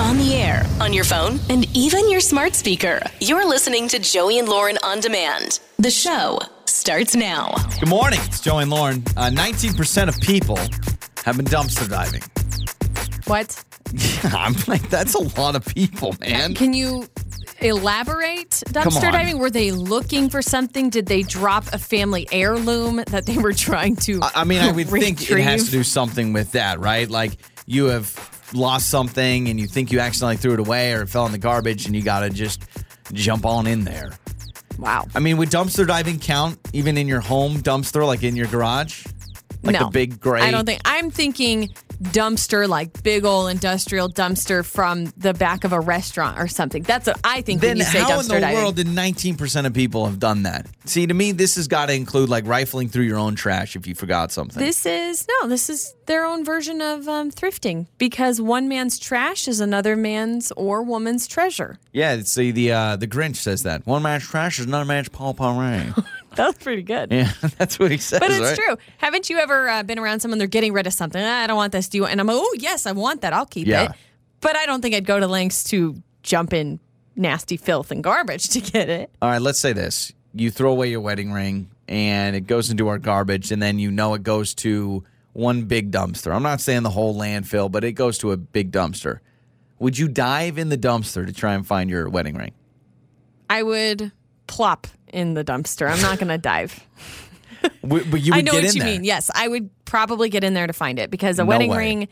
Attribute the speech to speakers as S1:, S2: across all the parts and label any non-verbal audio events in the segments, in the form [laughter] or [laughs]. S1: On the air, on your phone, and even your smart speaker. You're listening to Joey and Lauren on demand. The show starts now.
S2: Good morning. It's Joey and Lauren. Uh, 19% of people have been dumpster
S3: [laughs]
S2: diving.
S3: What?
S2: I'm like, that's a lot of people, man.
S3: Can you elaborate dumpster
S2: on.
S3: diving? Were they looking for something? Did they drop a family heirloom that they were trying to?
S2: I I mean, I would think it has
S3: retrieve?
S2: to do something with that, right? Like you have lost something and you think you accidentally threw it away or it fell in the garbage and you got to just jump on in there.
S3: Wow.
S2: I mean, would dumpster diving count even in your home dumpster, like in your garage? Like
S3: no.
S2: the big gray?
S3: I don't think. I'm thinking dumpster, like big old industrial dumpster from the back of a restaurant or something. That's what I think
S2: Then
S3: when you say
S2: how
S3: dumpster
S2: in the
S3: diving.
S2: world did 19% of people have done that? See, to me, this has got to include like rifling through your own trash if you forgot something.
S3: This is no, this is their own version of um, thrifting because one man's trash is another man's or woman's treasure.
S2: yeah, see, the uh, the Grinch says that. One man's trash is another man's paw paw
S3: [laughs]
S2: ring.
S3: That's pretty good.
S2: yeah, [laughs] that's what he says.
S3: But it's
S2: right?
S3: true. Haven't you ever uh, been around someone? They're getting rid of something. "Ah, I don't want this. Do you? want-" And I'm like, oh yes, I want that. I'll keep
S2: Yeah.
S3: it. But I don't think I'd go to lengths to jump in nasty filth and garbage to get it.
S2: All right, let's say this. You throw away your wedding ring and it goes into our garbage, and then you know it goes to one big dumpster. I'm not saying the whole landfill, but it goes to a big dumpster. Would you dive in the dumpster to try and find your wedding ring?
S3: I would plop in the dumpster. I'm not going to dive.
S2: W- but you [laughs] would
S3: I know
S2: get
S3: what
S2: in
S3: you
S2: there.
S3: mean. Yes, I would probably get in there to find it because a
S2: No
S3: wedding
S2: way.
S3: ring,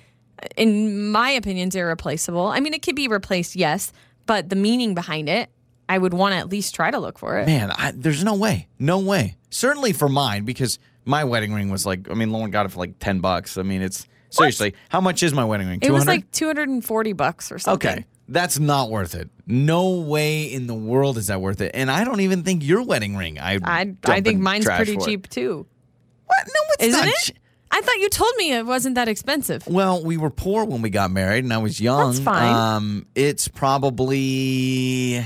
S3: in my opinion, is irreplaceable. I mean, it could be replaced, yes, but the meaning behind it, I would want to at least try to look for
S2: [laughs]
S3: it.
S2: Man, I, there's no way. No way. Certainly for mine, because my wedding ring was like, I mean, Lauren got it for like 10 bucks. I mean, it's seriously, how much is my wedding ring?
S3: It
S2: 200?
S3: was like 240 bucks or something.
S2: okay. That's not worth it. No way in the world is that worth it. And I don't even think your wedding ring. I
S3: I
S2: dump
S3: I think
S2: in
S3: mine's
S2: trash
S3: pretty
S2: for it.
S3: cheap too.
S2: What? No, it's
S3: Isn't
S2: not. Mm,
S3: it?
S2: che-
S3: I thought you told me it wasn't that expensive.
S2: Well, we were poor when we got married, and I was young.
S3: That's fine.
S2: Um, it's probably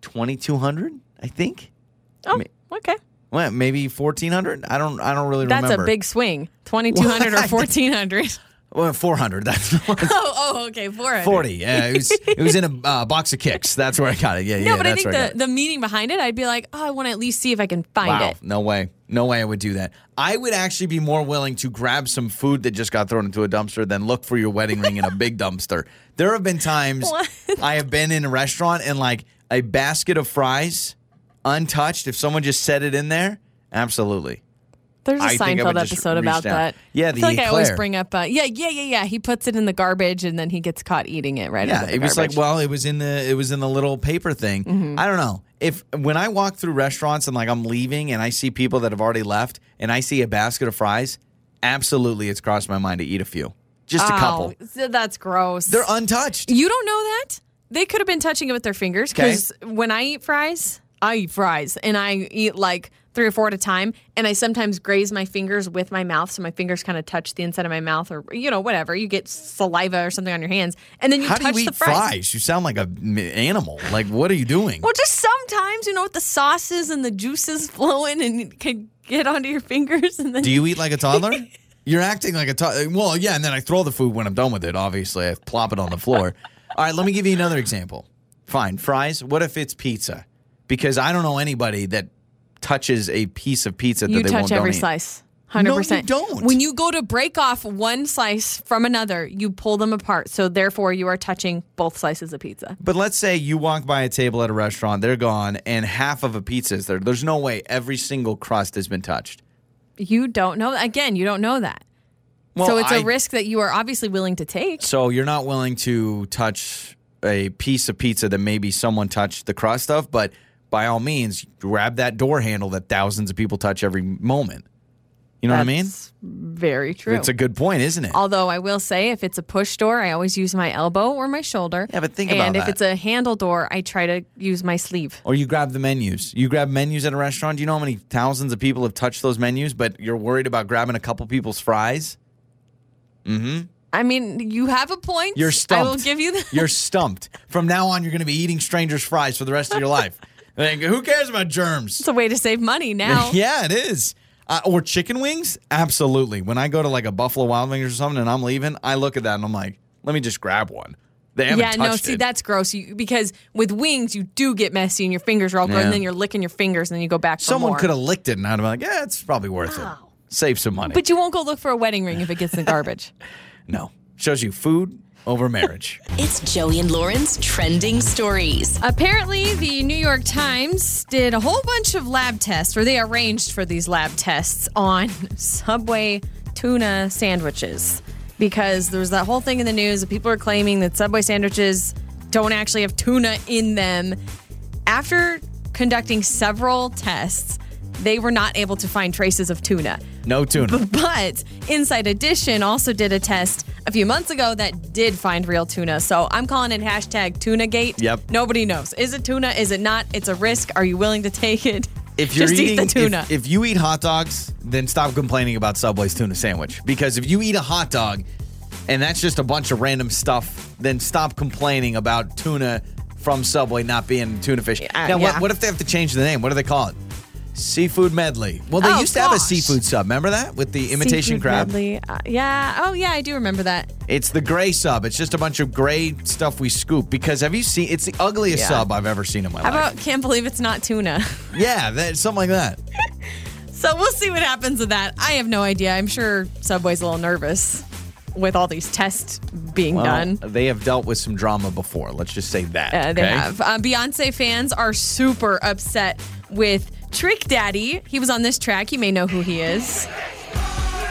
S2: twenty two hundred, I think.
S3: Oh, okay.
S2: Well, maybe fourteen hundred. I don't. I don't really
S3: That's
S2: remember.
S3: a big swing. 2200 or
S2: What? [laughs]
S3: 1400.
S2: Well, four hundred. That's [laughs] the one.
S3: [laughs] oh, oh, okay, 400.
S2: forty. Yeah, it was. it was in a uh, box of kicks. That's where I got it. Yeah,
S3: No,
S2: yeah.
S3: but I
S2: that's
S3: think
S2: where I
S3: the,
S2: got it.
S3: the meaning behind it, I'd be like, "Oh, I want to at least see if I can find
S2: Wow.
S3: it."
S2: No way. No way I would do that. I would actually be more willing to grab some food that just got thrown into a dumpster than look for your wedding ring in a big dumpster. There have been times
S3: [laughs] What?
S2: I have been in a restaurant and like a basket of fries untouched, if someone just set it in there, absolutely.
S3: There's a
S2: I think I would
S3: Seinfeld
S2: just
S3: episode
S2: reach
S3: about
S2: down.
S3: that.
S2: Yeah,
S3: I
S2: the
S3: feel like I always
S2: eclair.
S3: bring up uh, Yeah, yeah, yeah, yeah. He puts it in the garbage and then he gets caught eating it right out
S2: Yeah,
S3: of the
S2: it was like
S3: garbage. Mm-hmm.
S2: well, it was in the it was in the little paper thing. I don't know if when I walk through restaurants and like I'm leaving and I see people that have already left and I see a basket of fries, absolutely, it's crossed my mind to eat a few, just a couple.
S3: Oh, so that's gross.
S2: They're untouched.
S3: You don't know that? They could have been touching it with their fingers
S2: Okay.
S3: because when I eat fries, I eat fries and I eat like three or four at a time. And I sometimes graze my fingers with my mouth. So my fingers kind of touch the inside of my mouth or, you know, whatever. You get saliva or something on your hands. And then you
S2: How do
S3: touch
S2: you eat
S3: the fries.
S2: You sound like a m- animal. Like what are you doing?
S3: Well, just sometimes, you know, with the sauces and the juices [laughs] flowing and it can get onto your fingers. And then
S2: Do you eat like a
S3: [laughs]
S2: toddler? You're acting like a toddler. Well, yeah, and then I throw the food when I'm done with it. Obviously, I plop it on the
S3: [laughs]
S2: floor. All right, let me give you another example. Fine, fries. What if it's pizza? Because I don't know anybody that touches a piece of pizza that
S3: You
S2: they
S3: touch
S2: won't
S3: every
S2: donate.
S3: slice. 100%.
S2: No, you don't.
S3: When you go to break off one slice from another, you pull them apart. So therefore, you are touching both slices of pizza.
S2: But let's say you walk by a table at a restaurant, they're gone, and half of a pizza is there. There's no way every single crust has been touched.
S3: You don't know. Again, you don't know that.
S2: Well,
S3: so it's a
S2: I-
S3: risk that you are obviously willing to take.
S2: So you're not willing to touch a piece of pizza that maybe someone touched the crust of, but by all means, grab that door handle that thousands of people touch every moment. You know what I mean?
S3: That's Very true.
S2: It's a good point, isn't it?
S3: Although I will say, if it's a push door, I always use my elbow or my shoulder.
S2: Yeah, but think
S3: and
S2: about
S3: And if
S2: that.
S3: it's a handle door, I try to use my sleeve.
S2: or you grab the menus. You grab menus at a restaurant. Do you know how many thousands of people have touched those menus, but you're worried about grabbing a couple people's fries?
S3: I mean, you have a point.
S2: You're stumped.
S3: I will give you that.
S2: You're stumped. From now on, you're going to be eating strangers' fries for the rest of your life.
S3: [laughs]
S2: Like, who cares about germs?
S3: [laughs] It's a way to save money now.
S2: [laughs] yeah, it is. Uh, or chicken wings? Absolutely. When I go to like a Buffalo Wild Wings or something and I'm leaving, I look at that and I'm like, let me just grab one. They haven't
S3: Yeah,
S2: touched
S3: no, see,
S2: it.
S3: that's gross. You, because with wings, you do get messy and your fingers are all grown,
S2: Yeah.
S3: and then you're licking your fingers, and then you go back for
S2: Someone
S3: more.
S2: could have licked it and I'd have been like, yeah, it's probably worth
S3: Wow.
S2: it. Save some money.
S3: But you won't go look for a wedding ring if it gets in the garbage.
S2: no. Shows you food over marriage.
S1: It's Joey and Lauren's trending stories.
S3: Apparently, the New York Times did a whole bunch of lab tests, or they arranged for these lab tests on Subway tuna sandwiches because there was that whole thing in the news that people are claiming that Subway sandwiches don't actually have tuna in them. After conducting several tests, they were not able to find traces of tuna.
S2: No
S3: [laughs]
S2: tuna.
S3: But Inside Edition also did a test a few months ago that did find real tuna. So I'm calling it hashtag TunaGate.
S2: Yep.
S3: Nobody knows. Is it tuna? Is it not? It's a risk. Are you willing to take it?
S2: [laughs] If you're
S3: Just
S2: eating,
S3: eat the tuna.
S2: If, if you eat hot dogs, then stop complaining about Subway's tuna sandwich. Because if you eat a hot dog and that's just a bunch of random stuff, then stop complaining about tuna from Subway not being tuna fish.
S3: uh,
S2: now,
S3: yeah.
S2: what, what if they have to change the name? What do they call it? Seafood medley. Well, they
S3: Oh,
S2: used to have a
S3: gosh.
S2: seafood sub. Remember that with the imitation
S3: Seafood
S2: crab?
S3: medley. Uh, yeah. Oh, yeah. I do remember that.
S2: It's the gray sub. It's just a bunch of gray stuff we scoop because have you seen? It's the ugliest
S3: Yeah.
S2: sub I've ever seen in my
S3: How
S2: life.
S3: about can't believe it's not tuna? [laughs]
S2: yeah, that, something like that.
S3: so we'll see what happens with that. I have no idea. I'm sure Subway's a little nervous with all these tests being
S2: Well,
S3: done.
S2: Uh, They have dealt with some drama before. Let's just say that.
S3: Uh, they
S2: okay?
S3: have. Uh, Beyonce fans are super upset with Trick Daddy. He was on this track. You may know who he is. [laughs]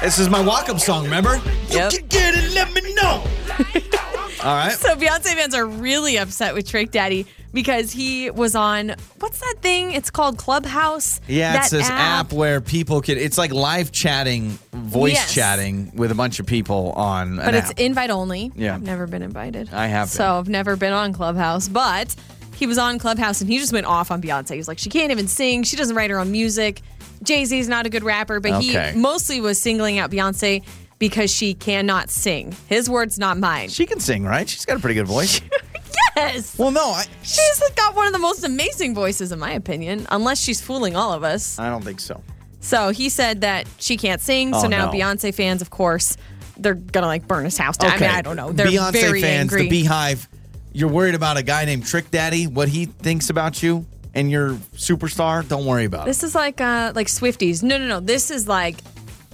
S2: This is my walk-up song. Remember?
S3: Yep.
S2: You can get it. Let me know. [laughs] All right.
S3: So Beyonce fans are really upset with Trick Daddy because he was on what's that thing? It's called Clubhouse.
S2: Yeah,
S3: that
S2: it's this app. where people can. It's like live chatting, voice
S3: Yes.
S2: chatting with a bunch of people on.
S3: but it's invite only.
S2: Yeah.
S3: I've never been invited.
S2: I have
S3: So
S2: been.
S3: I've never been on Clubhouse, but he was on Clubhouse and he just went off on Beyonce. He was like, she can't even sing. She doesn't write her own music. Jay Z's not a good rapper, but
S2: Okay.
S3: he mostly was singling out Beyonce because she cannot sing. His words, not
S2: [laughs]
S3: mine.
S2: she can sing, right? She's got a pretty good
S3: [laughs]
S2: voice.
S3: yes.
S2: well, no, I,
S3: She's got one of the most amazing voices, in my opinion, unless she's fooling all of us.
S2: I don't think so.
S3: So he said that she can't sing. so
S2: Oh,
S3: now
S2: no.
S3: Beyonce fans, of course, they're gonna like burn his house down. I mean, I don't know. They're
S2: Beyonce
S3: very
S2: fans,
S3: angry.
S2: the Beehive. You're worried about a guy named Trick Daddy, what he thinks about you and your superstar. Don't worry about it.
S3: this is like uh like Swifties. No, no, no. This is like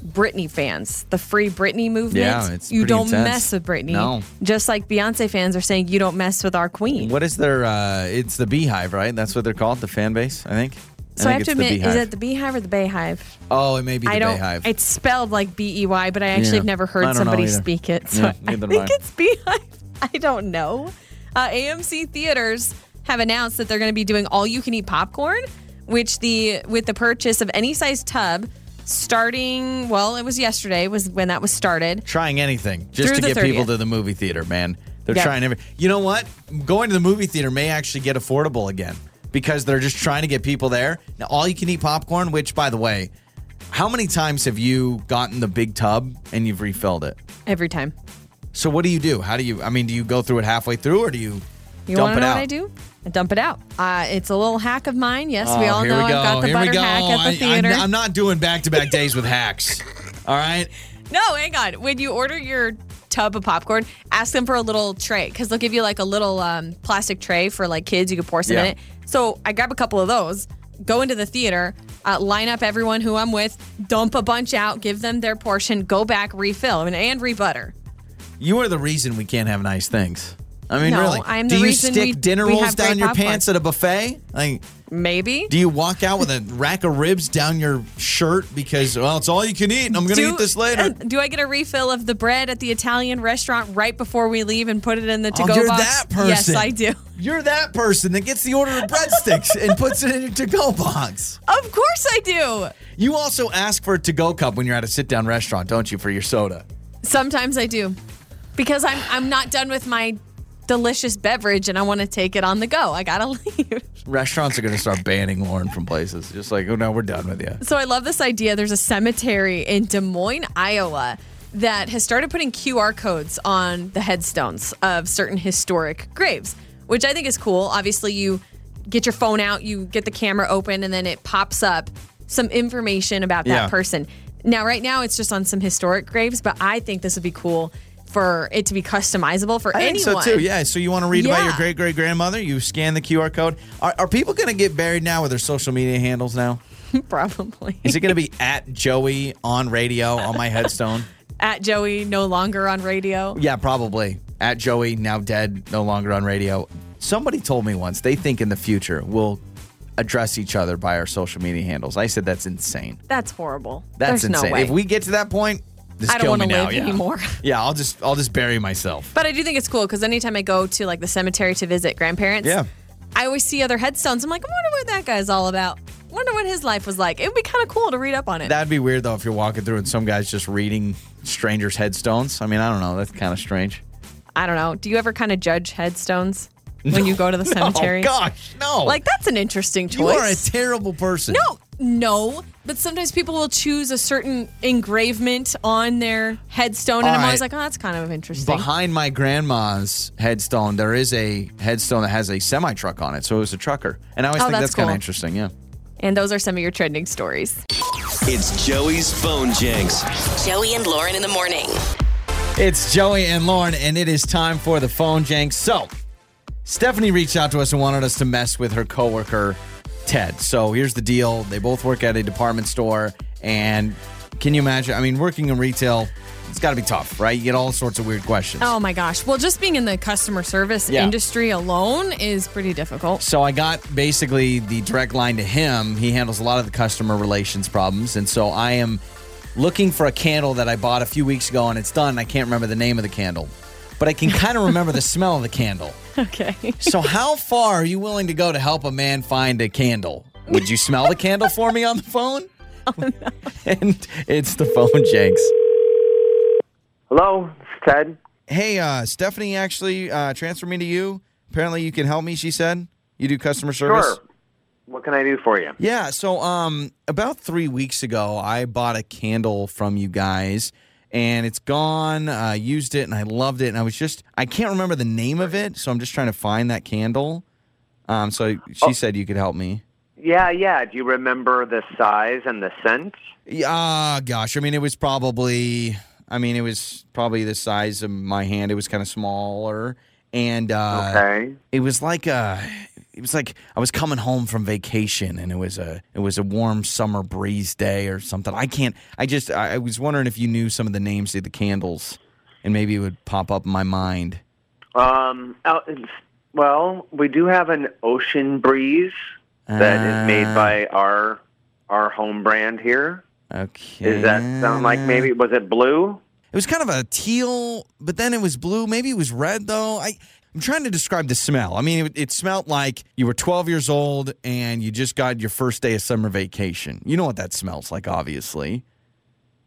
S3: Britney fans, the free Britney movement.
S2: Yeah, it's
S3: you
S2: pretty
S3: don't
S2: intense.
S3: mess with Britney.
S2: No.
S3: Just like Beyonce fans are saying, you don't mess with our queen.
S2: What is their? uh It's the Beehive, right? That's what they're called, the fan base. I think.
S3: so I,
S2: think
S3: have to
S2: it's the
S3: admit, is
S2: Beehive.
S3: it the Beehive or the Bayhive?
S2: oh, it may be the
S3: I don't.
S2: Beehive.
S3: It's spelled like B E Y, but I actually
S2: Yeah.
S3: have never
S2: I
S3: heard
S2: don't know
S3: somebody
S2: either.
S3: speak it. So
S2: Yeah,
S3: I
S2: neither do
S3: think
S2: I.
S3: it's beehive. [laughs] I don't know. Uh, AMC theaters have announced that they're going to be doing all-you-can-eat popcorn, which the with the purchase of any size tub, starting well, it was yesterday was when that was started.
S2: trying anything just
S3: Through
S2: to
S3: the
S2: get people
S3: 30th.
S2: to the movie theater, man. They're
S3: Yeah.
S2: trying every. You know what? Going to the movie theater may actually get affordable again because they're just trying to get people there. Now, all you can eat popcorn, which, by the way, how many times have you gotten the big tub and you've refilled it?
S3: Every time.
S2: So what do you do? How do you? I mean, do you go through it halfway through, or do you,
S3: You
S2: dump
S3: want
S2: it
S3: to know
S2: out?
S3: what I do? I dump it out. Uh, it's a little hack of mine. Yes, we
S2: Oh,
S3: all
S2: here
S3: know
S2: we go.
S3: I've got the
S2: here we
S3: butter
S2: go.
S3: hack at
S2: I-
S3: the theater.
S2: I'm, I'm not doing back-to-back days with hacks. All right.
S3: No, hang on. When you order your tub of popcorn, ask them for a little tray because they'll give you like a little um, plastic tray for like kids. You can pour some in
S2: Yeah.
S3: it. So I grab a couple of those, go into the theater, uh, line up everyone who I'm with, dump a bunch out, give them their portion, go back, refill, and, and rebutter.
S2: You are the reason we can't have nice things. I mean,
S3: No,
S2: really.
S3: I'm
S2: do
S3: the
S2: you
S3: reason
S2: stick
S3: we-
S2: dinner
S3: we
S2: rolls
S3: have great
S2: down your
S3: popcorn.
S2: pants at a buffet? Like,
S3: Maybe.
S2: do you walk out with a rack of ribs down your shirt because well, it's all you can eat, and I'm going to
S3: Do-
S2: eat this later?
S3: uh, do I get a refill of the bread at the Italian restaurant right before we leave and put it in the
S2: Oh,
S3: to-go
S2: you're
S3: box?
S2: that person.
S3: Yes, I do. [laughs]
S2: You're that person that gets the order of breadsticks and puts it in your to-go box.
S3: Of course I do.
S2: You also ask for a to-go cup when you're at a sit-down restaurant, don't you, for your soda?
S3: Sometimes I do. Because I'm I'm not done with my delicious beverage and I want to take it on the go. I got to [laughs] leave.
S2: Restaurants are going to start banning Lauren from places. Just like, oh no, we're done with you.
S3: So I love this idea. There's a cemetery in Des Moines, Iowa that has started putting QR codes on the headstones of certain historic graves, which I think is cool. Obviously, you get your phone out, you get the camera open and then it pops up some information about that
S2: Yeah.
S3: person. Now right now it's just on some historic graves, but I think this would be cool for it to be customizable for
S2: I think
S3: anyone.
S2: so too. Yeah. So you want to read about your
S3: Yeah.
S2: great great grandmother? You scan the QR code. Are, are people going to get buried now with their social media handles now?
S3: [laughs] Probably.
S2: Is it going to [laughs] be at Joey on radio on my headstone?
S3: At Joey, no longer on radio.
S2: Yeah, probably. At Joey, now dead, no longer on radio. Somebody told me once they think in the future we'll address each other by our social media handles. I said that's insane.
S3: That's horrible.
S2: That's
S3: There's
S2: insane.
S3: no way.
S2: If we get to that point, just
S3: I don't
S2: kill
S3: wanna
S2: me now.
S3: live
S2: yeah.
S3: anymore.
S2: [laughs] Yeah, I'll just I'll just bury myself.
S3: but I do think it's cool because anytime I go to like the cemetery to visit grandparents,
S2: Yeah.
S3: I always see other headstones. I'm like, I wonder what that guy's all about. Wonder what his life was like. It would be kind of cool to read up on it.
S2: That'd be weird though if you're walking through and some guy's just reading strangers' headstones. I mean, I don't know. That's kind of strange.
S3: I don't know. Do you ever kind of judge headstones when you
S2: [laughs]
S3: go to the
S2: Oh
S3: cemetery?
S2: gosh, no.
S3: Like that's an interesting choice.
S2: you are a terrible person.
S3: No, no. But sometimes people will choose a certain engravement on their headstone, and
S2: All
S3: I'm always
S2: right.
S3: like, oh, that's kind of interesting.
S2: Behind my grandma's headstone, there is a headstone that has a semi truck on it. So it was a trucker. And I always
S3: Oh,
S2: think that's,
S3: that's
S2: kind of
S3: cool.
S2: interesting. Yeah.
S3: and those are some of your trending stories.
S4: It's Joey's phone janks.
S1: Joey and Lauren in the morning.
S2: It's Joey and Lauren, and it is time for the phone jank. So Stephanie reached out to us and wanted us to mess with her coworker, Ted. So here's the deal they both work at a department store. And can you imagine? I mean, working in retail, it's got to be tough, right? You get all sorts of weird questions.
S3: Oh my gosh. Well, just being in the customer service
S2: Yeah.
S3: industry alone is
S2: [laughs]
S3: pretty difficult.
S2: So I got basically the direct line to him. He handles a lot of the customer relations problems. And so I am looking for a candle that I bought a few weeks ago and it's done. I can't remember the name of the candle, but I can kind of remember the smell of the candle.
S3: Okay.
S2: So, how far are you willing to go to help a man find a candle? Would you smell the candle for me on the phone? and it's the phone janks.
S5: Hello, it's Ted.
S2: Hey, uh, Stephanie actually uh, transferred me to you. Apparently, you can help me, she said. You do customer service?
S5: Sure. What can I do for you?
S2: Yeah. So, um, about three weeks ago, I bought a candle from you guys, and it's gone. I used it, and I loved it. And I was just—I can't remember the name of it, so I'm just trying to find that candle. Um, so she said you could help me.
S5: Yeah, yeah. Do you remember the size and the scent?
S2: Yeah, Ah, gosh. I mean, it was probably. I mean, it was probably the size of my hand. It was kind of smaller, and uh,
S5: Okay.
S2: it was like uh it was like I was coming home from vacation and it was a it was a warm summer breeze day or something. I can't I just I, I was wondering if you knew some of the names of the candles and maybe it would pop up in my mind.
S5: um, oh, it's- well, we do have an ocean breeze that is
S2: Ah.
S5: made by our our home brand here.
S2: Okay.
S5: Does that sound like maybe was it blue?
S2: It was kind of a teal, but then it was blue. Maybe it was red though. I I'm trying to describe the smell. I mean, it, it smelled like you were 12 years old and you just got your first day of summer vacation. You know what that smells like, obviously,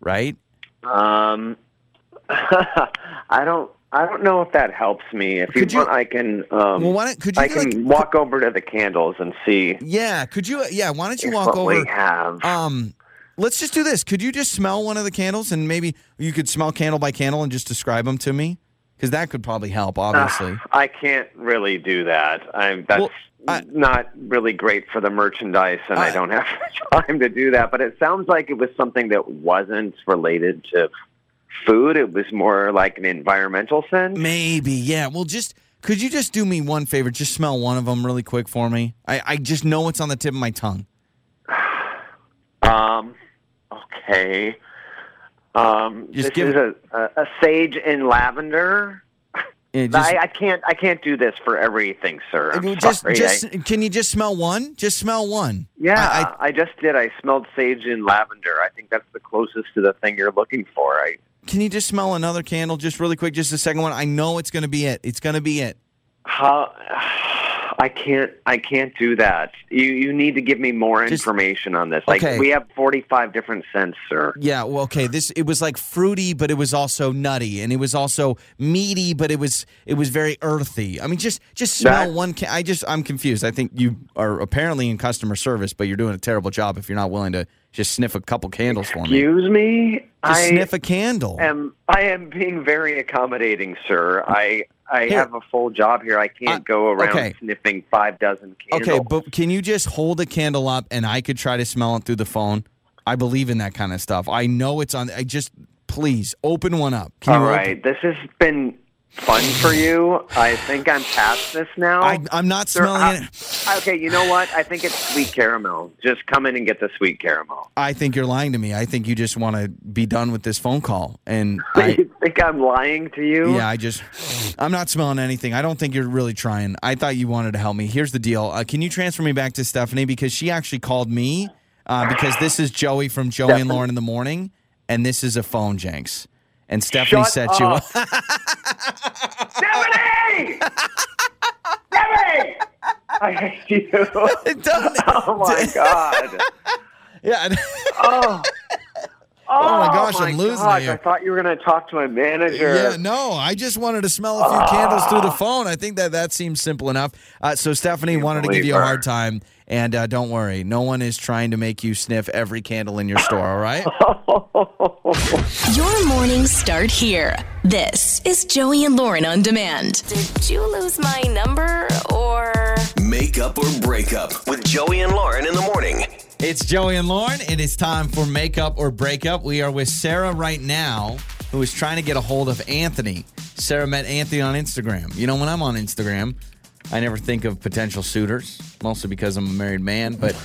S2: right?
S5: Um, [laughs] I don't. I don't know if that helps me. If you,
S2: Could you-
S5: want, I can. Um,
S2: Well, why don't- could you
S5: I
S2: do,
S5: can
S2: like-
S5: walk over to the candles and see
S2: Yeah. Could you? Yeah. Why don't you walk
S5: what
S2: over?
S5: we have.
S2: Um, let's just do this. Could you just smell one of the candles and maybe you could smell candle by candle and just describe them to me? Because that could probably help, obviously.
S5: I can't really do that. I'm that's
S2: Well, I-
S5: not really great for the merchandise, and I,
S2: I-
S5: don't [laughs] have time to do that. But it sounds like it was something that wasn't related to food. It was more like an environmental sense.
S2: Maybe. Yeah. Well, just could you just do me one favor? Just smell one of them really quick for me. I, I just know it's on the tip of my tongue.
S5: Um, okay. Um,
S2: Just
S5: this
S2: give
S5: is a, a, a sage in lavender.
S2: It just, uh,
S5: I, I can't. I can't do this for everything, sir. I'm
S2: just,
S5: sorry.
S2: just
S5: I,
S2: can you just smell one? Just smell one.
S5: yeah,
S2: I- I-
S5: I just did. I smelled sage in lavender. I think that's the closest to the thing you're looking for. I.
S2: can you just smell another candle just really quick? Just the second one. I know it's going to be it. It's going to be it.
S5: How I can't I can't do that. You you need to give me more
S2: Just-
S5: information on this. Like
S2: Okay.
S5: we have forty five different scents, sir.
S2: Yeah, well, okay. This it was like fruity, but it was also nutty, and it was also meaty, but it was it was very earthy. I mean, just just smell
S5: That-
S2: one. Ca- I just I'm confused. I think you are apparently in customer service, but you're doing a terrible job if you're not willing to just sniff a couple candles for me.
S5: Excuse me.
S2: Just
S5: I
S2: sniff a candle.
S5: am I am being very accommodating, sir. I I
S2: Here.
S5: have a full job here. I can't
S2: Uh,
S5: go around
S2: okay.
S5: sniffing five dozen candles.
S2: okay, but can you just hold a candle up and I could try to smell it through the phone? I believe in that kind of stuff. I know it's on. I just please open one up. Can
S6: All
S2: you open-
S6: right, this has been fun for you. I think I'm past this now.
S2: I, I'm not
S6: There-
S2: smelling
S6: I-
S2: it.
S6: Okay, you know what? I think it's sweet caramel. Just come in and get the sweet caramel.
S2: I think you're lying to me. I think you just want to be done with this phone call. And
S5: [laughs]
S2: I,
S6: you think I'm lying to you?
S2: yeah, I just, I'm not smelling anything. I don't think you're really trying. I thought you wanted to help me. Here's the deal. Uh, can you transfer me back to Stephanie because she actually called me uh, because this is Joey from Joey and Lauren in the morning, and this is a phone jinx. And Stephanie
S6: Shut
S2: set you up.
S6: Stephanie!
S2: [laughs]
S6: Stephanie! I hate you.
S2: [laughs] It doesn't- [laughs]
S6: Oh my god.
S2: yeah.
S6: Oh. Oh,
S2: my gosh, I'm losing
S5: Oh
S2: to
S6: gosh,
S2: you.
S6: I thought you were going to talk to my manager.
S2: Yeah, no, I just wanted to smell a few candles through the phone. I think that that seems simple enough. Uh, so Stephanie wanted to give you a
S6: believer.
S2: hard time, and uh, don't worry, no one is trying to make you sniff every candle in your store. All right.
S1: Your mornings start here. This is Joey and Lauren on demand. Did you lose my number or
S4: Make up or break up with Joey and Lauren in the morning.
S2: It's Joey and Lauren. It is time for makeup or breakup. We are with Sarah right now, who is trying to get a hold of Anthony. Sarah met Anthony on Instagram. You know, when I'm on Instagram, I never think of potential suitors, mostly because I'm a married man. But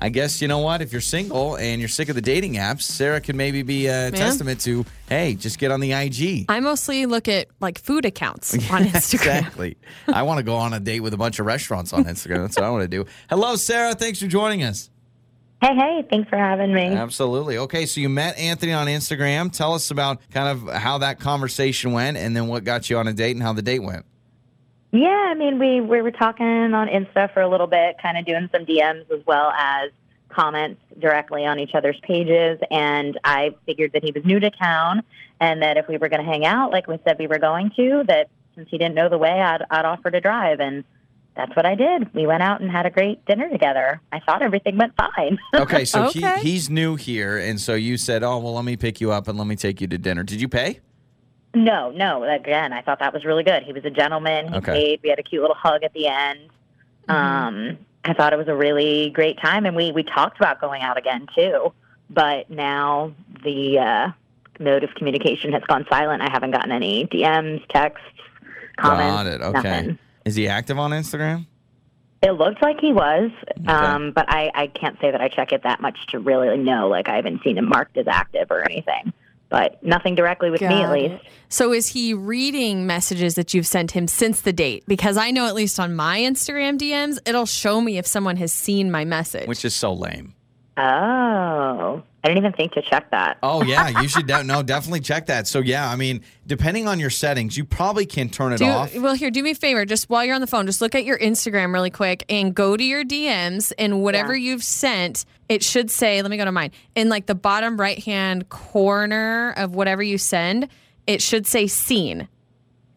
S2: I guess you know what? If you're single and you're sick of the dating apps, Sarah can maybe be a testament to, hey, just get on the IG.
S3: I mostly look at like food accounts
S2: [laughs]
S3: on Instagram.
S2: Exactly. I want to go on a date with a bunch of restaurants on Instagram. That's what I want to do. Hello, Sarah. Thanks for joining us.
S7: Hey, hey, thanks for having me.
S2: Absolutely. Okay, so you met Anthony on Instagram. Tell us about kind of how that conversation went and then what got you on a date and how the date went.
S7: yeah, I mean, we, we were talking on Insta for a little bit, kind of doing some DMs as well as comments directly on each other's pages. And I figured that he was new to town and that if we were going to hang out, like we said we were going to, that since he didn't know the way, I'd, I'd offer to drive. And that's what I did. We went out and had a great dinner together. I thought everything went fine. [laughs]
S2: Okay, so
S3: Okay.
S2: He, he's new here and so you said, "Oh, well, let me pick you up and let me take you to dinner." Did you pay?
S7: No, no. Again, I thought that was really good. He was a gentleman. He
S2: Okay.
S7: paid. We had a cute little hug at the end.
S3: Mm-hmm.
S7: Um, I thought it was a really great time, and we we talked about going out again too. But now the uh, mode of communication has gone silent. I haven't gotten any DMs, texts,
S2: Got
S7: comments.
S2: it. Okay.
S7: Nothing.
S2: Is he active on Instagram?
S7: It looked like he was, um, but I, I can't say that I check it that much to really know. Like I haven't seen him marked as active or anything, but nothing directly with me at
S3: Got
S7: least.
S3: it. So is he reading messages that you've sent him since the date? Because I know at least on my Instagram DMs, it'll show me if someone has seen my message.
S2: Which is so lame.
S7: Oh, I didn't even think to check that.
S2: Oh yeah, you should de- no definitely check that. So yeah, I mean, depending on your settings, you probably can turn it
S3: do,
S2: off.
S3: Well, here, do me a favor. Just while you're on the phone, just look at your Instagram really quick and go to your DMs and whatever you've sent, it should say, let me go to mine. In like the bottom right hand corner of whatever you send, it should say seen.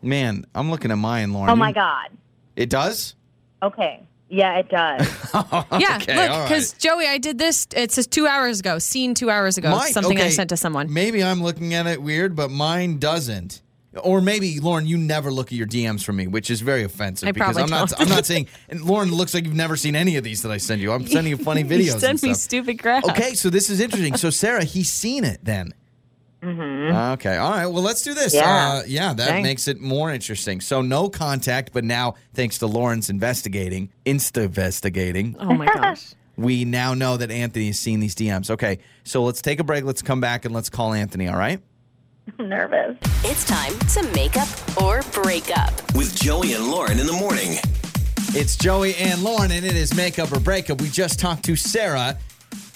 S2: Man, I'm looking at mine, Lauren.
S7: Oh my
S2: You-
S5: Mm-hmm.
S7: God.
S2: It does?
S7: Okay. Yeah,
S5: [laughs]
S7: it does.
S3: Yeah,
S2: Okay, all
S3: look,
S2: right.
S3: because Joey, I did this. It says two hours ago. Seen two hours ago.
S2: Mine-
S3: something I
S2: okay,
S3: sent to someone.
S2: Maybe I'm looking at it weird, but mine doesn't. Or maybe Lauren, you never look at your DMs from me, which is very offensive.
S3: I
S2: because
S3: probably
S2: I'm not.
S3: don't.
S2: I'm
S3: [laughs]
S2: not saying. And Lauren it looks like you've never seen any of these that I send you. I'm sending you funny videos.
S3: [laughs] you send
S2: and
S3: me
S2: stuff.
S3: stupid crap.
S2: Okay, so this is interesting. So Sarah, he's seen it then. Okay. All right. Well, let's do this.
S7: Mm-hmm. Yeah.
S2: Uh, yeah. That
S7: Thanks.
S2: makes it more interesting. So no contact, but now thanks to Lauren's investigating, insta investigating,
S3: Oh my gosh.
S2: we now know that Anthony has seen these DMs. Okay, so let's take a break. Let's come back and let's call Anthony. All right.
S7: I'm nervous.
S1: it's time to make up or break up?
S4: With Joey and Lauren in the morning.
S2: It's Joey and Lauren, and it is makeup or breakup. We just talked to Sarah,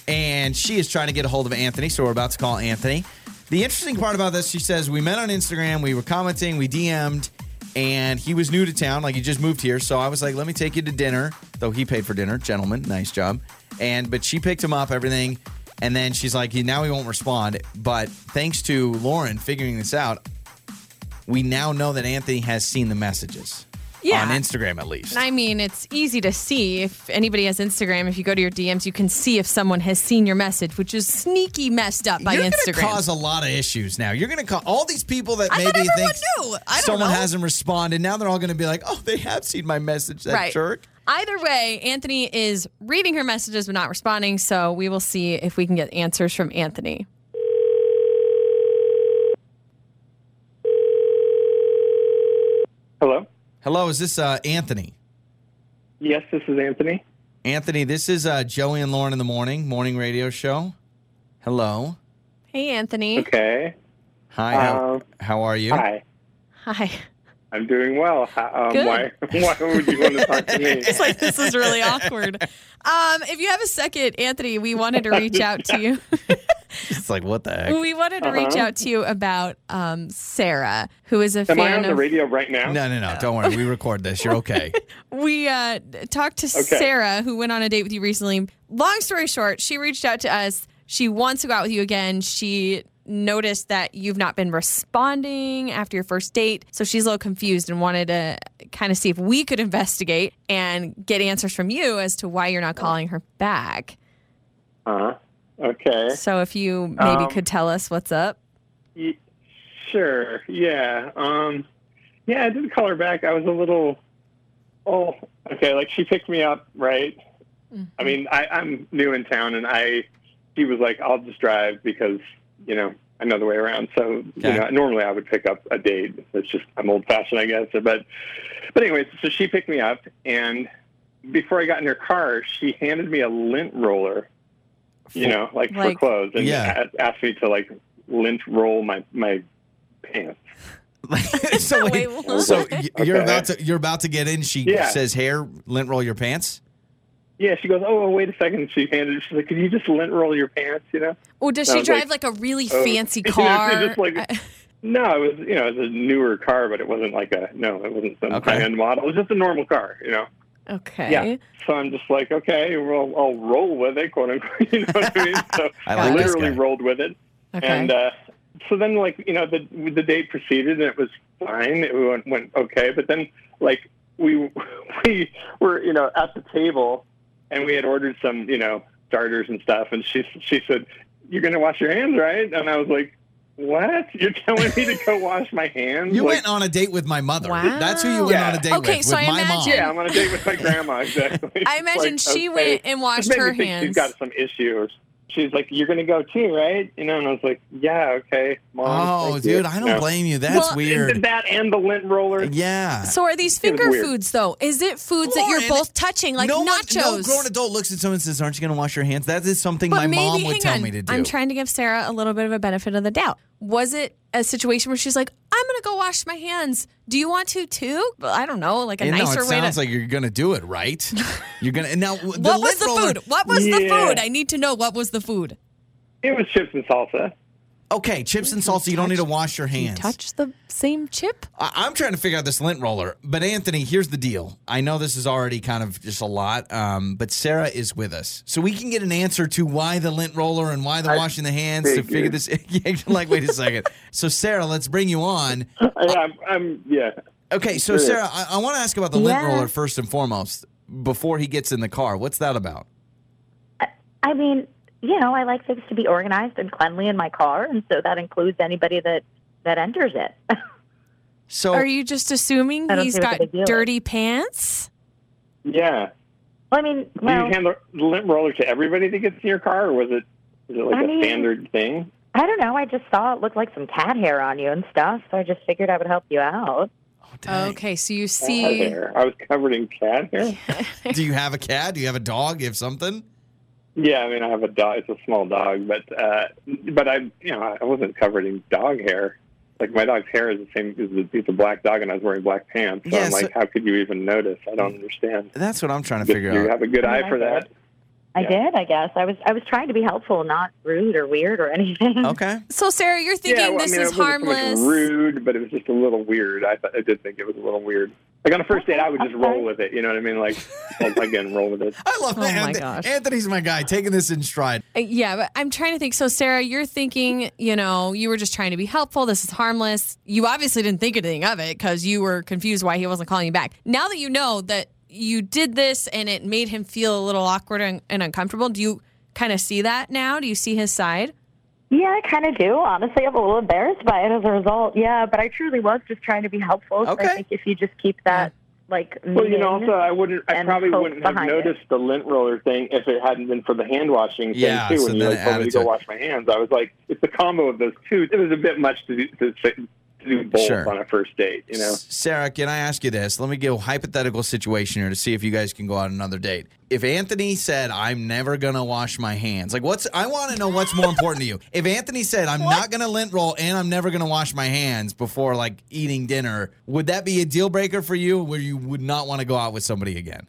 S2: and she is trying to get a hold of Anthony. So we're about to call Anthony. The interesting part about this, she says, we met on Instagram, we were commenting, we DM'd, and he was new to town, like he just moved here. So I was like, let me take you to dinner. Though he paid for dinner, gentlemen, nice job. And but she picked him up, everything, and then she's like, now he won't respond. But thanks to Lauren figuring this out, we now know that Anthony has seen the messages.
S3: Yeah.
S2: On Instagram at least.
S3: I mean, it's easy to see if anybody has Instagram. If you go to your DMs, you can see if someone has seen your message, which is sneaky messed up by
S2: You're
S3: Instagram.
S2: gonna cause a lot of issues now. You're gonna cause all these people that
S3: I thought
S2: maybe
S3: everyone
S2: think
S3: knew. I don't
S2: someone
S3: know.
S2: hasn't responded. Now they're all gonna be like, "Oh, they have seen my message, that
S3: right.
S2: jerk."
S3: Either way, Anthony is reading her messages but not responding. So we will see if we can get answers from Anthony.
S5: Hello.
S2: Hello, is this uh, Anthony?
S5: Yes, this is Anthony.
S2: Anthony, this is uh, Joey and Lauren in the morning morning radio show. Hello.
S3: Hey, Anthony.
S5: Okay.
S2: Hi. how,
S5: Um,
S2: how are you? [laughs]
S5: Hi.
S3: Hi. [laughs]
S5: I'm doing well. How-
S3: Good.
S5: Um, why? [laughs] Why would you want to
S2: [laughs]
S5: talk to me?
S3: It's like this is really awkward. Um, if you have a second, Anthony, we wanted to reach out to you. [laughs]
S2: It's like what the heck?
S3: we wanted to reach
S5: Uh-huh.
S3: out to you about um, Sarah, who is a
S5: Am
S3: fan
S5: I on
S3: of.
S5: the radio right now?
S2: No, no, no. Don't worry. We record this. You're okay. [laughs]
S3: We uh, talked to
S5: Okay.
S3: Sarah, who went on a date with you recently. Long story short, she reached out to us. She wants to go out with you again. She noticed that you've not been responding after your first date. So she's a little confused and wanted to kind of see if we could investigate and get answers from you as to why you're
S5: Oh.
S3: not calling her back.
S5: Uh-huh. Okay.
S3: So if you maybe
S5: Um,
S3: could tell us what's
S5: [laughs]
S3: up.
S5: Y- sure. Yeah. Um, yeah, I did call her back. I was a little. Oh, okay. Like she picked me up, right? I mean, I, I'm new in town, and I. She was like, "I'll just drive because you know I know the way around." So
S2: Okay.
S5: you know, normally I would pick up a date. It's just I'm old fashioned, I guess. But but anyway, so she picked me up, and before I got in her car, she handed me a lint roller you know, like,
S3: Like-
S5: for clothes, and
S2: Yeah.
S5: a- asked me to like lint roll my my pants.
S2: so
S3: Wait,
S2: wait,
S3: what?
S2: so y- you're
S5: Okay.
S2: about to you're about to get in. She
S5: Yeah.
S2: says, "Hair, lint roll your pants."
S5: Yeah, she goes, oh wait a second. She handed. She's like, could you just lint roll your pants? You know?
S3: Or Oh, does
S5: I
S3: she
S5: was
S3: drive like,
S5: like,
S3: a really
S5: oh, [laughs]
S3: fancy
S5: you know,
S3: car?
S5: it's
S3: [laughs]
S5: just like-
S3: I-
S5: No, it was you know it was a newer car, but it wasn't like a no, it wasn't some
S2: Okay.
S5: high end model. It was just a normal car, you know.
S3: okay.
S5: Yeah. So I'm just like, okay, well I'll roll with it, quote unquote. [laughs] You know
S2: [laughs]
S5: what I mean? So
S2: I like this
S5: literally
S2: guy.
S5: rolled with it.
S3: Okay.
S5: And uh, so then, like you know, the the date proceeded and it was fine. It went, went okay, but then like we [laughs] we were you know at the table and we had ordered some you know starters and stuff, and she she said, "You're going to wash your hands, right?" And I was like, "What? You're telling me to
S3: [laughs]
S5: go wash my hands?"
S2: You
S5: Like,
S2: went on a date with my mother.
S3: Wow.
S2: That's who you went
S5: Yeah.
S2: on a date
S3: Okay,
S2: with.
S3: so
S2: with
S3: I
S2: my mom.
S3: imagine-
S5: Yeah, I'm on a date with
S3: [laughs]
S5: my grandma. Exactly.
S3: I imagine
S5: Like,
S3: she
S5: okay.
S3: went and washed
S5: It made
S3: her
S5: me think
S3: hands.
S5: She's got some issues. She's like, "You're going to go too, right?" You know, and I was like, "Yeah, okay, mom."
S2: Oh,
S5: thank
S2: dude,
S5: you."
S2: I don't
S5: No.
S2: blame you. That's
S3: Well,
S5: And [laughs]
S2: weird.
S5: that and the lint roller.
S2: Yeah.
S3: So are
S5: [laughs]
S3: these finger
S5: weird.
S3: foods though? Is it foods that
S2: Lauren,
S3: you're both touching, like
S2: no one-
S3: nachos?
S2: no grown adult looks at someone and says, "Aren't you going to wash your hands?" That is something
S3: but
S2: my
S3: maybe,
S2: mom
S3: hang
S2: would tell
S3: on.
S2: me to do.
S3: I'm trying to give Sarah a little bit of a benefit of the doubt. Was it a situation where she's like, "I'm gonna go wash my hands. Do you want to too?" Well, I don't know, like a
S2: You know,
S3: nicer
S2: it
S3: way to.
S2: sounds like you're going to do it, right?
S3: [laughs]
S2: You're going to now. The
S3: what was
S2: lint
S3: the
S2: roller-
S3: food? What was the
S5: Yeah.
S3: food? I need to know what was the food.
S5: It was chips and salsa.
S2: Okay, chips and salsa. You don't need to wash your hands.
S3: Touch the same chip.
S2: I- I'm trying to figure out this lint roller. But Anthony, here's the deal. I know this is already kind of just a lot, um, but Sarah is with us, so we can get an answer to why the lint roller and why the washing the hands to figure
S5: figured.
S2: this. [laughs] Yeah, you're like, wait a second. So Sarah, let's bring you on.
S5: I,
S7: Oh.
S5: I'm, I'm, yeah.
S2: Okay, so
S5: Sure.
S2: Sarah, I, I want to ask about the lint
S7: Yeah.
S2: roller first and foremost. Before he gets in the car, what's that about?
S7: I mean, you know, I like things to be organized and cleanly in my car, and so that includes anybody that that enters it. [laughs]
S2: So
S5: Oh.
S3: Are you just assuming
S7: I don't
S3: he's
S7: see what
S3: got
S7: the big deal is.
S3: dirty pants?
S5: Yeah.
S7: well, I mean,
S5: Do you
S7: well,
S5: hand the the lint roller to everybody that gets in your car, or was it, is it like
S7: I
S5: a
S7: mean-
S5: standard thing?
S7: I don't know. I just saw it looked like some cat hair on you and stuff, so I just figured I would help you out.
S2: oh, Dang.
S3: Okay, so you
S5: Cat
S3: see.
S5: hair. I was covered in cat hair.
S2: do you have a cat? Do you have a dog? You have something?
S5: yeah, I mean, I have a dog. It's a small dog, but uh, but I, you know, I wasn't covered in dog hair. Like my dog's hair is the same. Is a, he's a black dog, and I was wearing black pants. So
S2: Yeah,
S5: I'm
S2: so-
S5: like, how could you even notice? I don't understand.
S2: That's what I'm trying to
S5: You
S2: figure out.
S5: have a good
S7: I
S5: eye
S7: like
S5: for that.
S7: it. I
S5: Yeah.
S7: did, I guess. I was I was trying to be helpful, not rude or weird or
S5: Oh,
S7: anything.
S2: Okay.
S3: So Sarah, you're thinking
S5: well,
S3: this
S5: I mean,
S3: is
S5: it wasn't so much
S3: harmless.
S5: rude, but it was just a little weird. I thought, I did think it was a little weird. Like on a first date, I would just roll with it. You know what I mean?
S3: [laughs]
S5: Like well, again, roll with it.
S2: I love
S3: Oh
S2: that.
S3: my
S2: Anth-
S3: gosh.
S2: Anthony's my guy, taking this in stride.
S3: Uh, Yeah, but I'm trying to think. So, Sarah, you're thinking, you know, you were just trying to be helpful. This is harmless. You obviously didn't think anything of it because you were confused why he wasn't calling you back. Now that you know that you did this and it made him feel a little awkward and, and uncomfortable, do you kind of see that now? Do you see his side?
S7: Yeah, I kind of do. Honestly, I'm a little embarrassed by it as a result. Yeah, but I truly was just trying to be helpful. So
S2: Okay.
S7: I think if you just keep that like
S5: Well, you know,
S7: meeting-
S5: also, I wouldn't, I
S7: and
S5: probably
S7: hope
S5: wouldn't have
S7: behind it.
S5: noticed the lint roller thing if it hadn't been for the hand washing thing
S2: Yeah,
S5: too.
S2: so
S5: when you
S2: then
S5: like
S2: it
S5: told me
S2: added
S5: to go
S2: to it.
S5: wash my hands, I was like, it's the combo of those two. It was a bit much to do, to, say- to do both
S2: Sure.
S5: on a first date. You know,
S2: Sarah, can I ask you this? Let me give a hypothetical situation here to see if you guys can go on another date. If Anthony said, I'm never going to wash my hands, like what's, I want to know what's more important to you. If Anthony said, I'm not going to lint roll and I'm never going to wash my hands before like eating dinner, would that be a deal breaker for you where you would not want to go out with somebody again?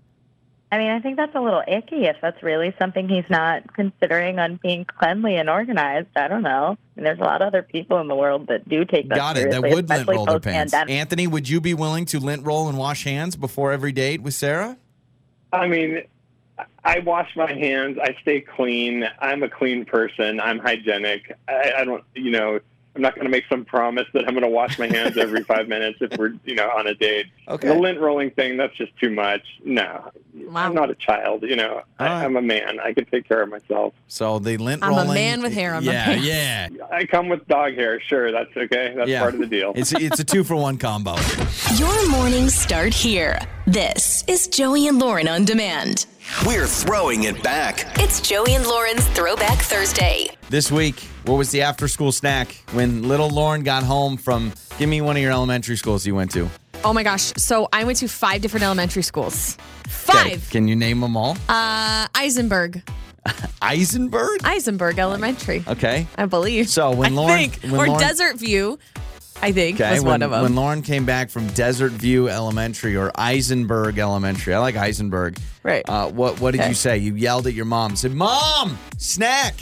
S7: I mean, I think that's a little icky if that's really something he's not considering on being cleanly and organized. I don't know. And there's a lot of other people in the world that do take that
S2: Got it. That
S7: seriously,
S2: would lint
S7: especially
S2: roll their pants.
S7: post-pandemic.
S2: Anthony, would you be willing to lint roll and wash hands before every date with Sarah?
S5: I mean, I- I wash my hands. I stay clean. I'm a clean person. I'm hygienic. I, I don't, you know, I'm not going to make some promise that I'm going to wash my
S2: [laughs]
S5: hands every five minutes if we're, you know, on a date.
S2: Okay.
S5: The lint rolling thing, that's just too much. No,
S3: Wow.
S5: I'm not a child. You know,
S2: All right.
S5: I, I'm a man. I can take care of myself.
S2: So the lint
S3: I'm a
S2: rolling.
S3: man with hair on my
S2: yeah,
S3: pants.
S2: Yeah,
S5: I come with dog hair. Sure, that's okay. That's
S2: yeah.
S5: part of the deal.
S2: It's it's a two for one combo.
S1: Your mornings start here. This is Joey and Lauren on demand.
S4: We're throwing it back.
S1: It's Joey and Lauren's Throwback Thursday.
S2: This week, what was the after school snack when little Lauren got home from give me one of your elementary schools you went to?
S3: Oh my gosh. So I went to five different elementary schools. Five.
S2: Okay, Can you name them all?
S3: Uh, Eisenberg.
S2: Eisenberg?
S3: Eisenberg Elementary.
S2: Okay.
S3: I believe.
S2: Uh, So when
S3: I
S2: Lauren-
S3: think,
S2: when
S3: or
S2: Lauren-
S3: Desert View, I think
S2: Okay.
S3: was
S2: when,
S3: one of them.
S2: when Lauren came back from Desert View Elementary or Eisenberg Elementary, I like Eisenberg.
S3: Right.
S2: Uh, what What did
S3: Okay.
S2: you say? You yelled at your mom. Said, "Mom, snack."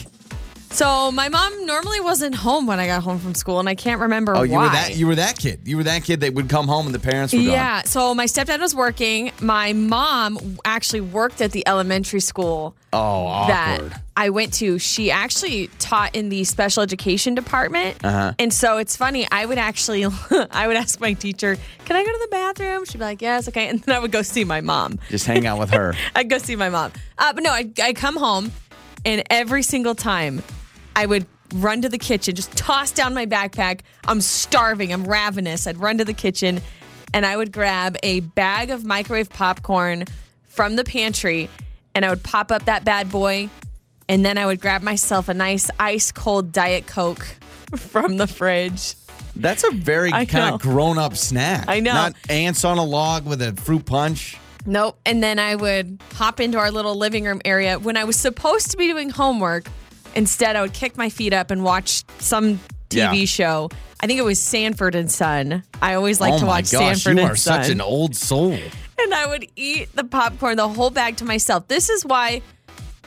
S3: so my mom normally wasn't home when I got home from school, and I can't remember
S2: Oh,
S3: why.
S2: you were that. You were that kid. You were that kid that would come home and the parents were gone.
S3: Yeah. So my stepdad was working. My mom actually worked at the elementary school
S2: Oh,
S3: that
S2: awkward.
S3: I went to. She actually taught in the special education department.
S2: Uh-huh.
S3: And so it's funny. I would actually, [laughs] I would ask my teacher, "Can I go to the bathroom?" She'd be like, "Yes, okay." And then I would go see my mom.
S2: Just hang out with
S3: [laughs]
S2: her.
S3: I'd go see my mom. Uh, but no, I I come home, and every single time, I would run to the kitchen, just toss down my backpack. I'm starving. I'm ravenous. I'd run to the kitchen, and I would grab a bag of microwave popcorn from the pantry, and I would pop up that bad boy, and then I would grab myself a nice ice cold diet coke [laughs] from the fridge.
S2: That's a very
S3: I
S2: kind
S3: know.
S2: of grown up snack.
S3: I know.
S2: Not ants on a log with a fruit punch.
S3: Nope. And then I would hop into our little living room area when I was supposed to be doing homework. Instead, I would kick my feet up and watch some TV
S2: Yeah.
S3: show. I think it was Sanford and Son. I always like
S2: oh
S3: to
S2: my
S3: watch
S2: gosh,
S3: Sanford
S2: you
S3: and
S2: are
S3: Son.
S2: such an old soul.
S3: [laughs] and I would eat the popcorn, the whole bag to myself. This is why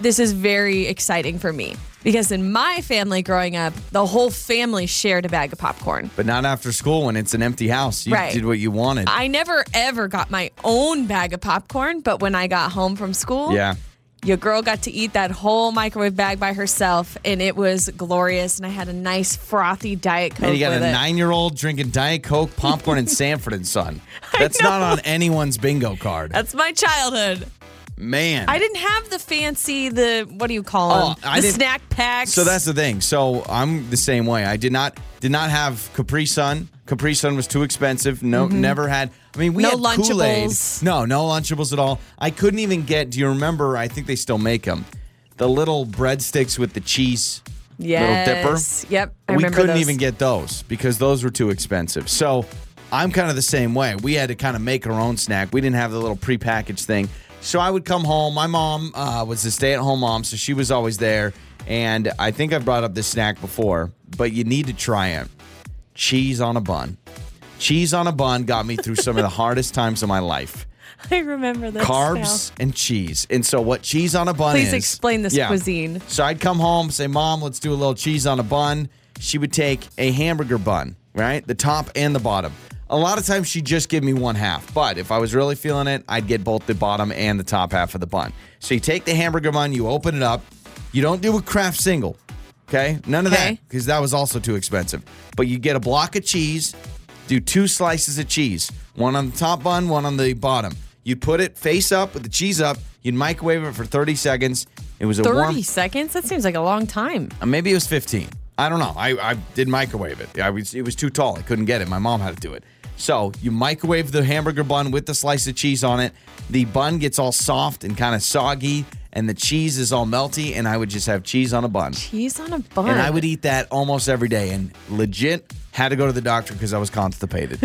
S3: this is very exciting for me because in my family growing up, the whole family shared a bag of popcorn.
S2: But not after school when it's an empty house. You
S3: Right.
S2: did what you wanted.
S3: I never ever got my own bag of popcorn, but when I got home from school,
S2: yeah.
S3: Your girl got to eat that whole microwave bag by herself, and it was glorious. And I had a nice frothy diet coke.
S2: And you got
S3: with
S2: a
S3: it.
S2: nine year old drinking Diet Coke, popcorn, and Sanford and
S3: [laughs]
S2: Son. That's
S3: know.
S2: not on anyone's bingo card.
S3: That's my childhood.
S2: Man.
S3: I didn't have the fancy, the what do you call
S2: Oh,
S3: them?
S2: I
S3: the
S2: didn't-
S3: snack packs.
S2: So that's the thing. So I'm the same way. I did not did not have Capri Sun. Capri Sun was too expensive. No, never had. I mean, we
S3: Mm-hmm. No
S2: had Kool-Aid.
S3: Lunchables.
S2: No, no Lunchables at all. I couldn't even get. Do you remember? I think they still make them. The little breadsticks with the cheese. Little
S3: yes.
S2: Dipper.
S3: Yep, I
S2: we
S3: remember
S2: couldn't
S3: those.
S2: even get those because those were too expensive. So I'm kind of the same way. We had to kind of make our own snack. We didn't have the little prepackaged thing. So I would come home. My mom uh, was a stay at home mom, so she was always there. And I think I brought up this snack before, but you need to try it cheese on a bun. Cheese on a bun got me through some of
S3: [laughs]
S2: the hardest times of my life
S3: [laughs] I remember this.
S2: carbs and cheese. And so what cheese on a bun
S3: Please
S2: is?
S3: explain this cuisine.
S2: So I'd come home, say, "Mom, let's do a little cheese on a bun." She would take a hamburger bun, right? The top and the bottom. A lot of times she'd just give me one half, but if I was really feeling it, I'd get both the bottom and the top half of the bun. So you take the hamburger bun, you open it up. You don't do a craft single. Okay? None of
S3: Okay.
S2: that because that was also too expensive. But you get a block of cheese, do two slices of cheese, one on the top bun, one on the bottom. You'd put it face up with the cheese up. You'd microwave it for 30 seconds. It was a
S3: Thirty
S2: warm.
S3: seconds? That seems like a long time.
S2: Uh, Maybe it was 15. I don't know. I, I did microwave it. I was, it was too tall. I couldn't get it. My mom had to do it. So you microwave the hamburger bun with the slice of cheese on it. The bun gets all soft and kind of soggy, and the cheese is all melty. And I would just have cheese on a bun.
S3: Cheese on a bun.
S2: And I would eat that almost every day and legit Had to go to the doctor because I was constipated.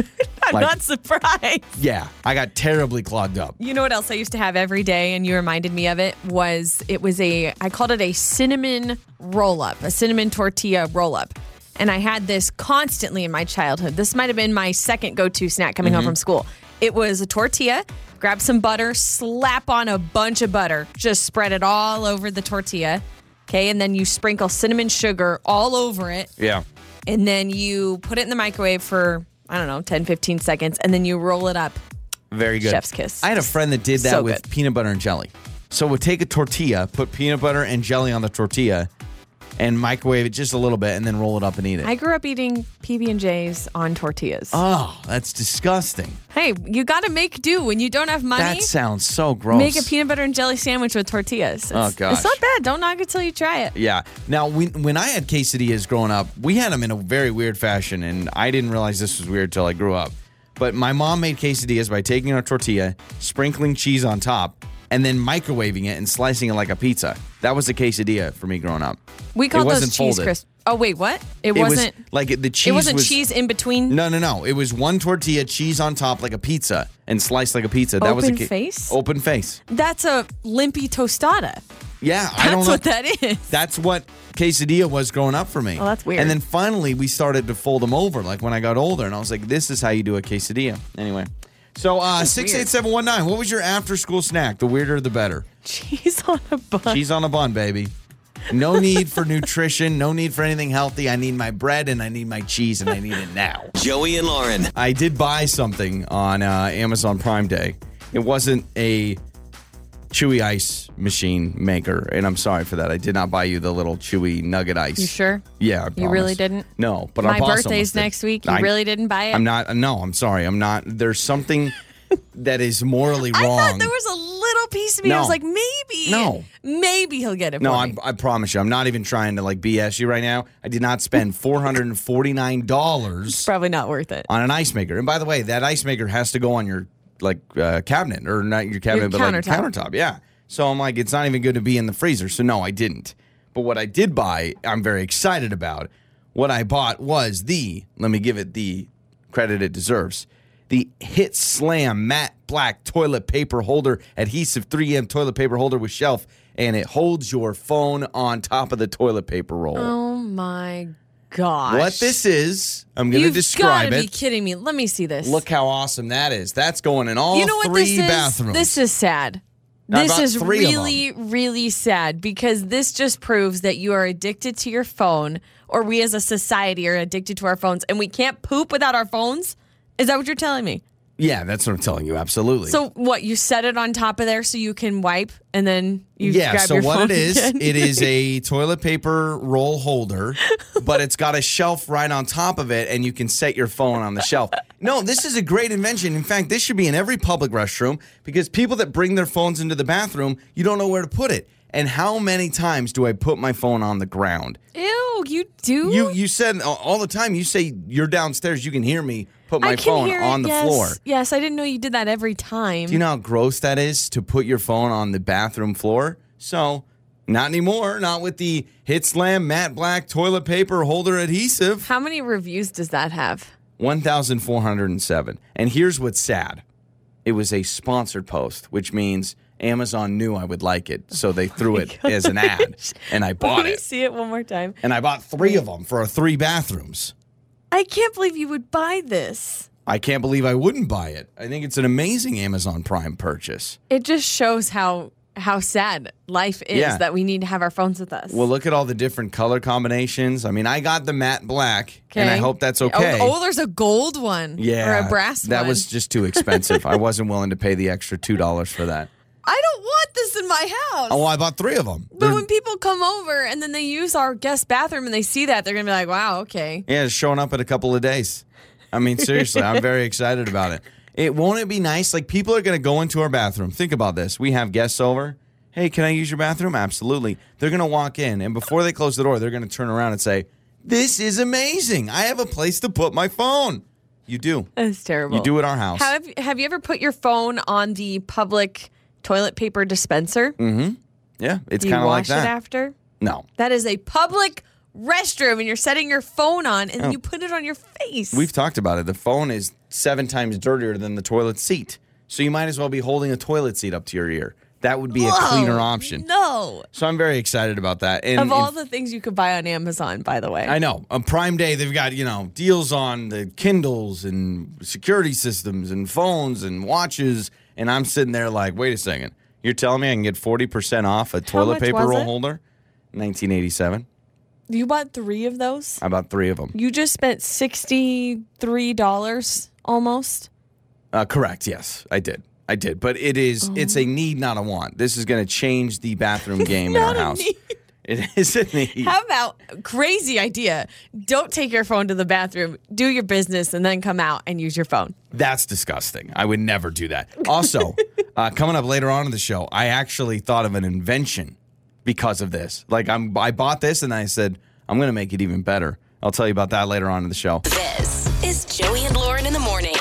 S3: I'm
S2: Like-
S3: not surprised.
S2: yeah, I got terribly clogged up.
S3: You know what else I used to have every day, and you reminded me of it was it was a I called it a cinnamon roll up, a cinnamon tortilla roll up, and I had this constantly in my childhood. This might have been my second go to snack coming home from school. It was a tortilla, grab some butter, slap on a bunch of butter, just spread it all over the tortilla, okay, and then you sprinkle cinnamon sugar all over it,
S2: Yeah.
S3: and then you put it in the microwave for I don't know 10, 15 seconds, and then you roll it up.
S2: Very good.
S3: Chef's kiss.
S2: I had a friend that did that
S3: So
S2: with
S3: good.
S2: peanut butter and jelly. So would take a tortilla, put peanut butter and jelly on the tortilla, and microwave it just a little bit, and then roll it up and eat it.
S3: I grew up eating PB and J's on tortillas.
S2: oh, that's disgusting.
S3: hey, you got to make do when you don't have money.
S2: That sounds so gross.
S3: Make a peanut butter and jelly sandwich with tortillas. It's,
S2: Oh, gosh.
S3: it's not bad. Don't knock it till you try it.
S2: Yeah. Now, when, when I had quesadillas growing up, we had them in a very weird fashion, and I didn't realize this was weird till I grew up. But my mom made quesadillas by taking a tortilla, sprinkling cheese on top, and then microwaving it and slicing it like a pizza. That was a quesadilla for me growing up.
S3: We call those
S2: wasn't
S3: cheese
S2: folded.
S3: crisps. Oh wait, what? It, wasn't.
S2: was like it- the cheese.
S3: it wasn't
S2: was-
S3: cheese in between.
S2: No, no, no. It was one tortilla, cheese on top, like a pizza, and sliced like a pizza. That was a
S3: Open face?
S2: Open face.
S3: That's a limpy tostada.
S2: Yeah, I don't
S3: That's
S2: know.
S3: what
S2: [laughs]
S3: that is.
S2: That's what quesadilla was growing up for me.
S3: Oh, that's weird.
S2: And then finally, we started to fold them over, like when I got older, and I was like, "This is how you do a quesadilla." Anyway, so uh, six eight seven one nine. What was your after school snack? The weirder, the better.
S3: Cheese on a bun.
S2: Cheese on a bun, baby. No need
S3: [laughs]
S2: for nutrition. No need for anything healthy. I need my bread and I need my cheese and I need it now.
S4: Joey and Lauren.
S2: I did buy something on uh, Amazon Prime Day. It wasn't a chewy ice machine maker, and I'm sorry for that. I did not buy you the little chewy nugget ice.
S3: You sure?
S2: Yeah, I
S3: You
S2: promise.
S3: really didn't?
S2: No, but I
S3: My
S2: bought someone
S3: birthday's
S2: did.
S3: next week. You
S2: I-
S3: really didn't buy it.
S2: I'm not. No, I'm sorry. I'm not. There's
S3: [laughs]
S2: something that is morally
S3: I
S2: wrong.
S3: thought there was a little piece of me. I was
S2: No.
S3: like, maybe,
S2: No.
S3: maybe he'll get it.
S2: no,
S3: for
S2: I,
S3: me.
S2: I promise you, I'm not even trying to like BS you right now. I did not
S3: [laughs]
S2: spend 449 dollars
S3: probably not worth it.
S2: on an ice maker. And by the way, that ice maker has to go on your like uh, cabinet or not your cabinet, but like your
S3: countertop.
S2: countertop. Yeah. So I'm like, it's not even good to be in the freezer. So no, I didn't. But what I did buy, I'm very excited about. What I bought was the let me give it the credit it deserves. The Hit Slam matte black toilet paper holder adhesive 3M toilet paper holder with shelf, and it holds your phone on top of the toilet paper roll.
S3: Oh my gosh!
S2: what this is, I'm going to
S3: You've
S2: describe
S3: gotta
S2: it.
S3: be kidding me. Let me see this.
S2: Look how awesome that is. That's going in all
S3: you know what
S2: three
S3: this is?
S2: bathrooms.
S3: This is sad.
S2: I
S3: This
S2: bought
S3: is
S2: three of
S3: really, really sad because this just proves that you are addicted to your phone, or we as a society are addicted to our phones, and we can't poop without our phones. Is that what you're telling me?
S2: yeah, that's what I'm telling you. Absolutely.
S3: So what? You set it on top of there so you can wipe, and then you
S2: yeah,
S3: Grab
S2: so
S3: your phone
S2: what it is,
S3: again?
S2: it is a toilet paper roll holder, but it's got a shelf right on top of it, and you can set your phone on the shelf. No, this is a great invention. In fact, this should be in every public restroom because people that bring their phones into the bathroom, you don't know where to put it. And how many times do I put my phone on the ground?
S3: [laughs] Ew, you do.
S2: You you said a- all the time. You say you're downstairs. You can hear me put my
S3: I can
S2: phone
S3: hear it,
S2: on the
S3: yes.
S2: floor.
S3: Yes, I didn't know you did that every time.
S2: Do you know how gross that is to put your phone on the bathroom floor? So, not anymore. Not with the Hit Slam Matte Black toilet paper holder adhesive.
S3: How many reviews does that have?
S2: 1,407. And here's what's sad it was a sponsored post, which means Amazon knew I would like it. So they threw it as an ad. And I bought
S3: Let me
S2: it.
S3: see it one more time.
S2: And I bought three of them for our three bathrooms.
S3: I can't believe you would buy this.
S2: I can't believe I wouldn't buy it. I think it's an amazing Amazon Prime purchase.
S3: It just shows how how sad life is
S2: Yeah.
S3: that we need to have our phones with us.
S2: Well, look at all the different color combinations. I mean, I got the matte black, and I
S3: Okay.
S2: hope that's
S3: Oh,
S2: okay.
S3: Oh, there's a gold one.
S2: yeah,
S3: Or a brass
S2: That
S3: one.
S2: was just too expensive. I wasn't willing to pay the extra two dollars for
S3: [laughs]
S2: that.
S3: I don't want this in my house.
S2: Oh, I bought three of them.
S3: but when people come over and then they use our guest bathroom and they see that, they're gonna be like, "Wow, okay."
S2: yeah, it's showing up in a couple of days. I mean, seriously, I'm
S3: [laughs]
S2: very excited about it. It won't it be nice? Like people are going to go into our bathroom. Think about this. We have guests over. Hey, can I use your bathroom? Absolutely. They're going to walk in, and before they close the door, they're going to turn around and say, "This is amazing. I have a place to put my phone." You do.
S3: That's terrible.
S2: You do at our house.
S3: Have Have you ever put your phone on the public toilet paper dispenser?
S2: yeah, it's
S3: Do you
S2: kind of Mm, like
S3: wash
S2: that.
S3: it after?
S2: no,
S3: That is a public restroom and you're setting your phone on and
S2: Oh.
S3: you put it on your face.
S2: We've talked about it. The phone is seven times dirtier than the toilet seat. So you might as well be holding a toilet seat up to your ear. That would be a
S3: Whoa,
S2: cleaner option.
S3: No.
S2: So I'm very excited about that. And
S3: Of all
S2: and-
S3: the things you could buy on Amazon, by the way.
S2: I know on Prime Day they've got you know deals on the Kindles and security systems and phones and watches, and I'm sitting there like, wait a second, you're telling me I can get forty percent off a toilet
S3: much
S2: paper
S3: was
S2: roll
S3: it?
S2: holder? 1987.
S3: you bought three of those?
S2: I bought three of them.
S3: You just spent $63 almost.
S2: Uh, correct. Yes, I did. I did. But it is. It's
S3: Oh.
S2: a need, not a want. This is going to change the
S3: [laughs]
S2: bathroom game in our
S3: not a
S2: house.
S3: need.
S2: It is a need.
S3: [laughs] How about crazy idea? Don't take your phone to the bathroom, do your business, and then come out and use your phone.
S2: That's disgusting. I would never do that.
S3: [laughs]
S2: Also, uh, coming up later on in the show, I actually thought of an invention because of this. Like I'm, I bought this and I said I'm going to make it even better. I'll tell you about that later on in the show.
S1: This is Joey and Lauren in the morning.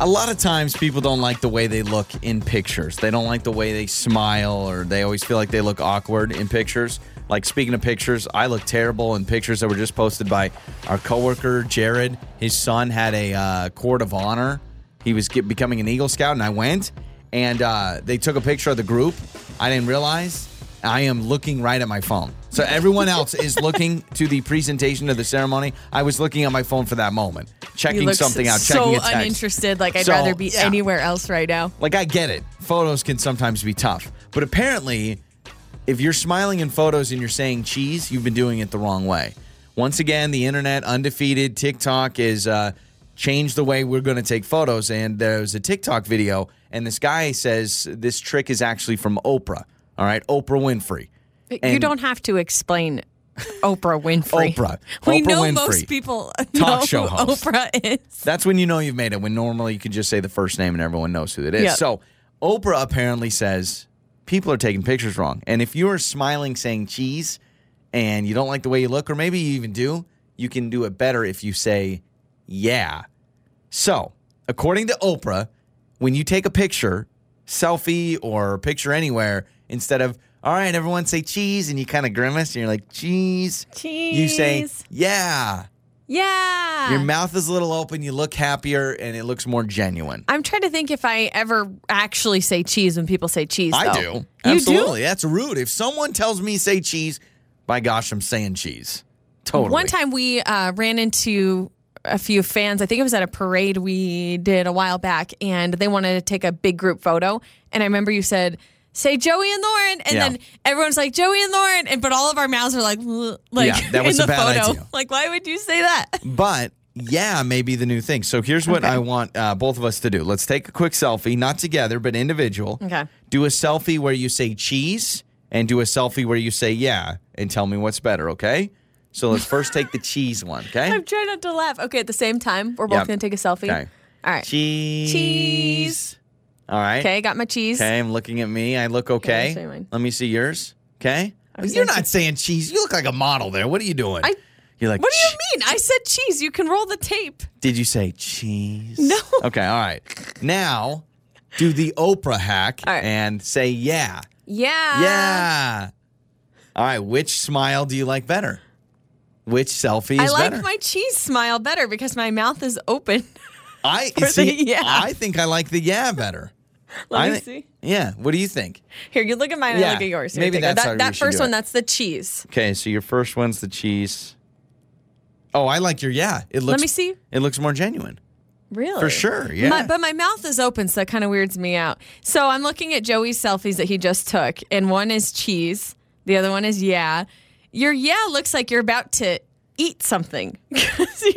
S2: A lot of times, people don't like the way they look in pictures. They don't like the way they smile, or they always feel like they look awkward in pictures. Like speaking of pictures, I look terrible in pictures that were just posted by our coworker Jared. His son had a uh, court of honor. He was get, becoming an Eagle Scout, and I went, and uh, they took a picture of the group. I didn't realize I am looking right at my phone. So everyone else is looking to the presentation of the ceremony. I was looking at my phone for that moment, checking
S3: you look
S2: something out,
S3: so
S2: checking a text.
S3: uninterested. Like I'd
S2: So,
S3: rather be
S2: yeah.
S3: anywhere else right now.
S2: Like, I get it. Photos can sometimes be tough. But apparently, if you're smiling in photos and you're saying cheese, you've been doing it the wrong way. Once again, the internet, undefeated, TikTok is uh, changed the way we're going to take photos. And there's a TikTok video, and this guy says this trick is actually from Oprah. All right, Oprah Winfrey.
S3: you
S2: And-
S3: don't have to explain Oprah Winfrey.
S2: Oprah.
S3: We
S2: Oprah
S3: know
S2: Winfrey.
S3: most people [laughs] know
S2: Talk show
S3: who
S2: host.
S3: Oprah is.
S2: That's when you know you've made it, when normally you could just say the first name and everyone knows who that is.
S3: Yep.
S2: So Oprah apparently says people are taking pictures wrong. And if you are smiling saying cheese and you don't like the way you look, or maybe you even do, you can do it better if you say yeah. So, according to Oprah, when you take a picture, selfie or picture anywhere, instead of all right, everyone say cheese, and you kind of grimace and you're like, cheese. You say,
S3: Cheese.
S2: yeah.
S3: Yeah.
S2: Your mouth is a little open. You look happier, and it looks more genuine.
S3: I'm trying to think if I ever actually say cheese when people say cheese.
S2: I
S3: though.
S2: do.
S3: You
S2: Absolutely. That's rude. If someone tells me say cheese, by gosh, I'm saying cheese. Totally.
S3: One time we uh, ran into a few fans. I think it was at a parade we did a while back, and they wanted to take a big group photo. And I remember you said, "Say Joey and Lauren," and
S2: Yeah.
S3: then everyone's like Joey and Lauren, and but all of our mouths are like, [laughs] "Ugh," like
S2: Yeah, that was
S3: in
S2: a
S3: the
S2: bad
S3: photo.
S2: idea.
S3: Like, why would you say that?
S2: But yeah, maybe the new thing. So here's what I want uh, both of us to do. Let's take a quick selfie, not together, but individual.
S3: Okay.
S2: Do a selfie where you say cheese and do a selfie where you say yeah and tell me what's better, okay? So let's first take
S3: [laughs]
S2: the cheese one, okay?
S3: I'm trying not to laugh. Okay, at the same time, we're both
S2: Yep.
S3: gonna take a selfie.
S2: Okay.
S3: All right.
S2: Cheese.
S3: Cheese.
S2: All right.
S3: Okay, got my cheese.
S2: Okay, I'm looking at me. I look okay.
S3: show you mine.
S2: Let me see yours. Okay.
S3: was
S2: You're
S3: gonna
S2: not saying cheese. You look like a model there. What are you doing?
S3: I-
S2: You're like,
S3: What do
S2: "Che-
S3: you mean? I said cheese. You can roll the tape.
S2: did you say cheese?
S3: No.
S2: [laughs] Okay, all right. Now do the Oprah hack
S3: All right. Uh,
S2: and say yeah.
S3: Yeah.
S2: yeah. All right, which smile do you like better? Which selfie
S3: I
S2: is
S3: like
S2: better?
S3: my cheese smile better because my mouth is open. [laughs]
S2: I
S3: for
S2: see,
S3: the yeah.
S2: I think I like the yeah better.
S3: Let
S2: I
S3: me
S2: thi-
S3: see.
S2: Yeah. What do you think?
S3: Here, you look at mine.
S2: Yeah,
S3: I look at yours. Here,
S2: maybe
S3: take it.
S2: that's how
S3: that,
S2: we
S3: that
S2: should
S3: first
S2: do
S3: one.
S2: it.
S3: That's the cheese.
S2: Okay, so your first one's the cheese. Oh, I like your yeah. It looks.
S3: me see.
S2: It looks more genuine
S3: Really?
S2: for sure. Yeah.
S3: My, but my mouth is open, so that kind of weirds me out. So I'm looking at Joey's selfies that he just took, and one is cheese, the other one is yeah. Your yeah looks like you're about to eat something, [laughs] like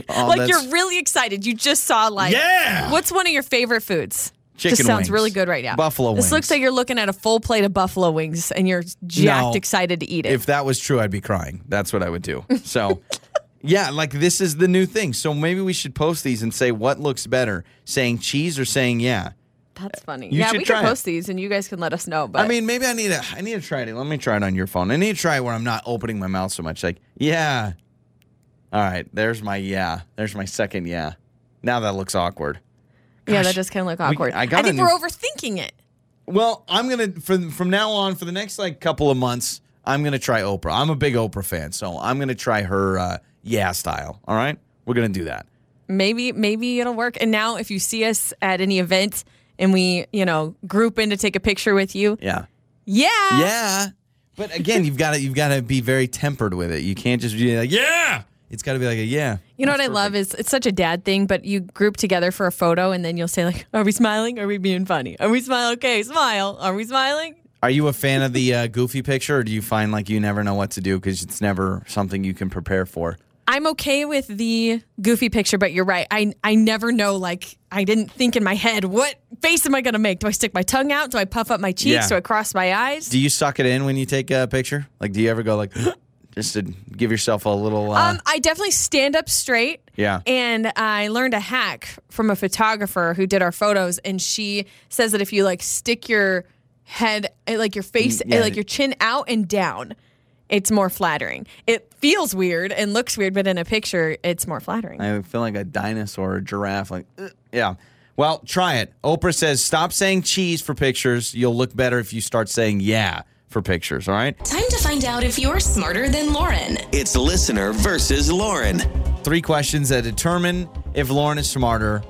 S2: Oh, that's-
S3: you're really excited. You just saw like
S2: Yeah!
S3: What's one of your favorite foods?
S2: Chicken
S3: just sounds
S2: wings.
S3: really good right now.
S2: Buffalo
S3: This
S2: wings.
S3: looks like you're looking at a full plate of buffalo wings, and you're jacked,
S2: No.
S3: excited to eat it.
S2: if that was true, I'd be crying. That's what I would
S3: [laughs]
S2: do. So, yeah, like this is the new thing. So maybe we should post these and say what looks better, saying cheese or saying yeah.
S3: That's funny.
S2: You
S3: yeah,
S2: should
S3: we
S2: try
S3: can
S2: it.
S3: post these, and you guys can let us know. But
S2: I mean, maybe I need to. I need to try it. Let me try it on your phone. I need to try it where I'm not opening my mouth so much. Like, yeah. All right, there's my yeah. There's my second yeah. Now that looks awkward.
S3: yeah,
S2: gosh,
S3: that does kind of look
S2: we-
S3: awkward.
S2: I got
S3: think
S2: a
S3: we're
S2: new-
S3: overthinking it.
S2: Well, I'm gonna from from now on for the next like couple of months. I'm gonna try Oprah. I'm a big Oprah fan, so I'm gonna try her uh, yeah style. All right, we're gonna do that.
S3: Maybe maybe it'll work. And now if you see us at any event and we, you know, group in to take a picture with you,
S2: Yeah,
S3: yeah.
S2: yeah. But again, you've got to you've got to be very tempered with it. You can't just be like yeah. It's got to be like a yeah.
S3: You know what I love is it's such a dad thing, but you group together for a photo and then you'll say like, "Are we smiling? Are we being funny? Are we smiling? Okay, smile. Are we smiling?
S2: Are you a fan of the uh, goofy picture, or do you find like you never know what to do because it's never something you can prepare for?
S3: I'm okay with the goofy picture, but you're right. I I never know. Like I didn't think in my head, what face am I gonna make? Do I stick my tongue out? Do I puff up my cheeks?
S2: Yeah.
S3: Do I cross my eyes?
S2: Do you suck it in when you take a picture? Like, do you ever go like [gasps] just to give yourself a little? Uh,
S3: um, I definitely stand up straight.
S2: yeah.
S3: And I learned a hack from a photographer who did our photos, and she says that if you like stick your head, eh, like your face,
S2: yeah.
S3: eh, like your chin out and down, it's more flattering. It feels weird and looks weird, but in a picture, it's more flattering.
S2: I feel like a dinosaur or a giraffe. Like, "Ugh." yeah. Well, try it. Oprah says, stop saying cheese for pictures. You'll look better if you start saying yeah for pictures. All right.
S1: Time to find out if you're smarter than Lauren.
S4: It's listener versus Lauren.
S2: Three questions that determine if Lauren is smarter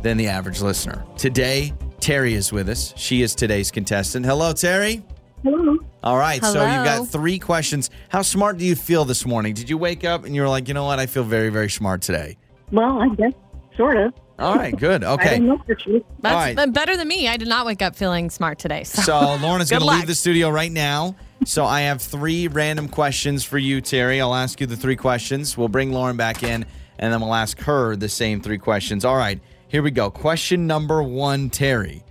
S2: than the average listener. Today, Terry is with us. She is today's contestant. Hello, Terry.
S7: Hello.
S2: All right. So you've
S3: Hello.
S2: got three questions. How smart do you feel this morning? Did you wake up and you were like, you know what? I feel very, very smart today.
S7: Well, I guess sort of.
S2: All right. Good.
S7: [laughs] I don't
S2: Okay.
S7: know for sure.
S3: That's
S2: All right.
S3: that's better than me. I did not wake up feeling smart today. So,
S2: So Lauren is
S3: Good
S2: going to leave
S3: luck.
S2: the studio right now. So I have three random questions for you, Terry. I'll ask you the three questions. We'll bring Lauren back in, and then we'll ask her the same three questions. All right, here we go. Question number one, Terry.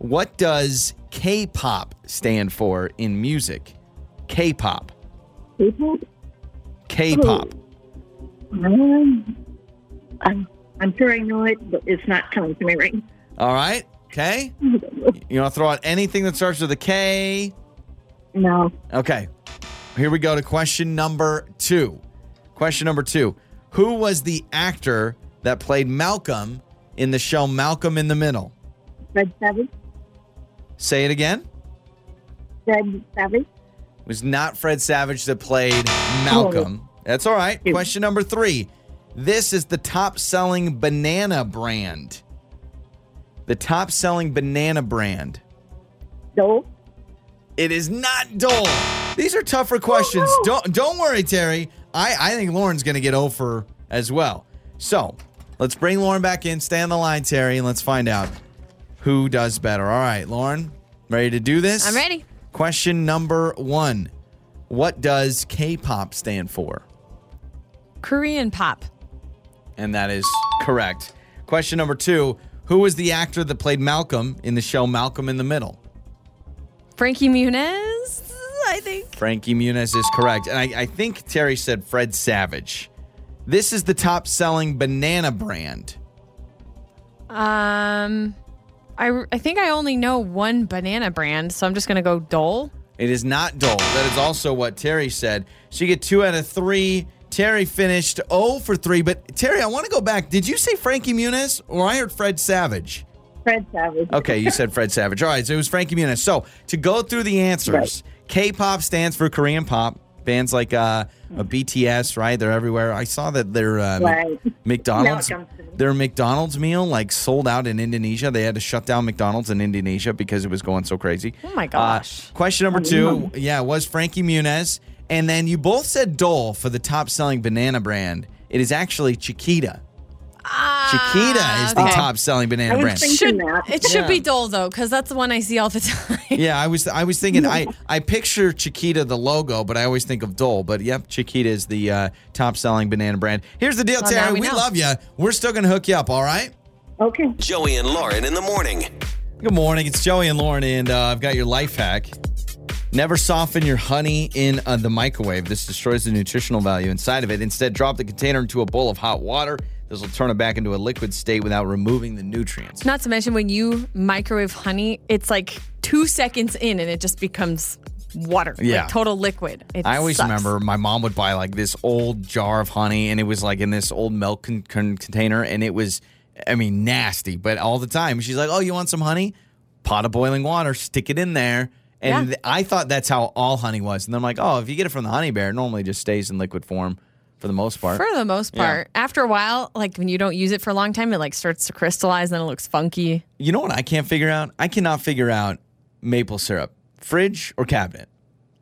S2: What does K-pop stand for in music? K-pop.
S7: People,
S2: K-pop.
S7: um, I'm, I'm sure I know it, but it's not coming to me right now.
S2: All right. Okay. You want to throw out anything that starts with a K?
S7: No.
S2: Okay. Here we go to question number two. Question number two Who was the actor that played Malcolm in the show Malcolm in the Middle?
S7: Fred Savage.
S2: Say it again.
S7: Fred Savage.
S2: It was not Fred Savage that played Malcolm. That's all right. Question number three. This is the top selling banana brand. The top selling banana brand.
S7: Dole.
S2: It is not Dole. These are tougher questions. Don't don't worry, Terry. I, I think Lauren's gonna get over as well. So let's bring Lauren back in. Stay on the line, Terry, and let's find out who does better. All right, Lauren, ready to do this?
S3: I'm ready.
S2: Question number one: What does K-pop stand for?
S3: Korean pop.
S2: And that is correct. Question number two: Who was the actor that played Malcolm in the show Malcolm in the Middle?
S3: Frankie Muniz, I think.
S2: Frankie Muniz is correct. And I, I think Terry said Fred Savage. This is the top selling banana brand.
S3: Um, I, I think I only know one banana brand, so I'm just gonna go Dole.
S2: It is not Dole. That is also what Terry said. So you get two out of three. Terry finished 0 for 3. But Terry, I want to go back. Did you say Frankie Muniz or I heard Fred Savage?
S7: Fred Savage.
S2: Okay, you said Fred Savage. All right, so it was Frankie Muniz. So to go through the answers, K-pop stands for Korean pop. Bands like uh, a BTS, right? They're everywhere. I saw that their uh,
S7: Right.
S2: McDonald's,
S7: Now it comes to me.
S2: their McDonald's meal like sold out in Indonesia. They had to shut down McDonald's in Indonesia because it was going so crazy.
S3: Oh my
S2: Uh,
S3: gosh.
S2: question number two, yeah, was Frankie Muniz, and then you both said Dole for the top-selling banana brand. It is actually Chiquita. Chiquita is the
S3: okay.
S2: top-selling banana
S7: I was
S2: brand.
S7: thinking-
S3: Should,
S7: that.
S3: it should
S2: Yeah.
S3: be Dole though, because that's the one I see all the [laughs] time.
S2: Yeah, I was I was thinking
S3: [laughs]
S2: I I picture Chiquita the logo, but I always think of Dole. But yep, Chiquita is the uh, top selling banana brand. Here's the deal,
S3: Well, now
S2: Terry.
S3: we
S2: We,
S3: know.
S2: love you. We're still gonna hook you up. All right.
S7: Okay.
S4: Joey and Lauren in the morning.
S2: Good morning. It's Joey and Lauren, and uh, I've got your life hack. Never soften your honey in uh, the microwave. This destroys the nutritional value inside of it. Instead, drop the container into a bowl of hot water. This will turn it back into a liquid state without removing the nutrients.
S3: Not to mention when you microwave honey, it's like two seconds in and it just becomes water. like
S2: Yeah.
S3: total liquid. It
S2: I always
S3: sucks.
S2: remember my mom would buy like this old jar of honey, and it was like in this old milk con- con- container, and it was, I mean, nasty. But all the time, she's like, "Oh, you want some honey? Pot of boiling water, stick it in there." And
S3: Yeah.
S2: th- I thought that's how all honey was. And then I'm like, oh, if you get it from the honey bear, it normally just stays in liquid form for the most part.
S3: For the most
S2: Yeah.
S3: part, after a while, like when you don't use it for a long time, it like starts to crystallize and it looks funky.
S2: you know what I can't figure out? I cannot figure out maple syrup, fridge or cabinet.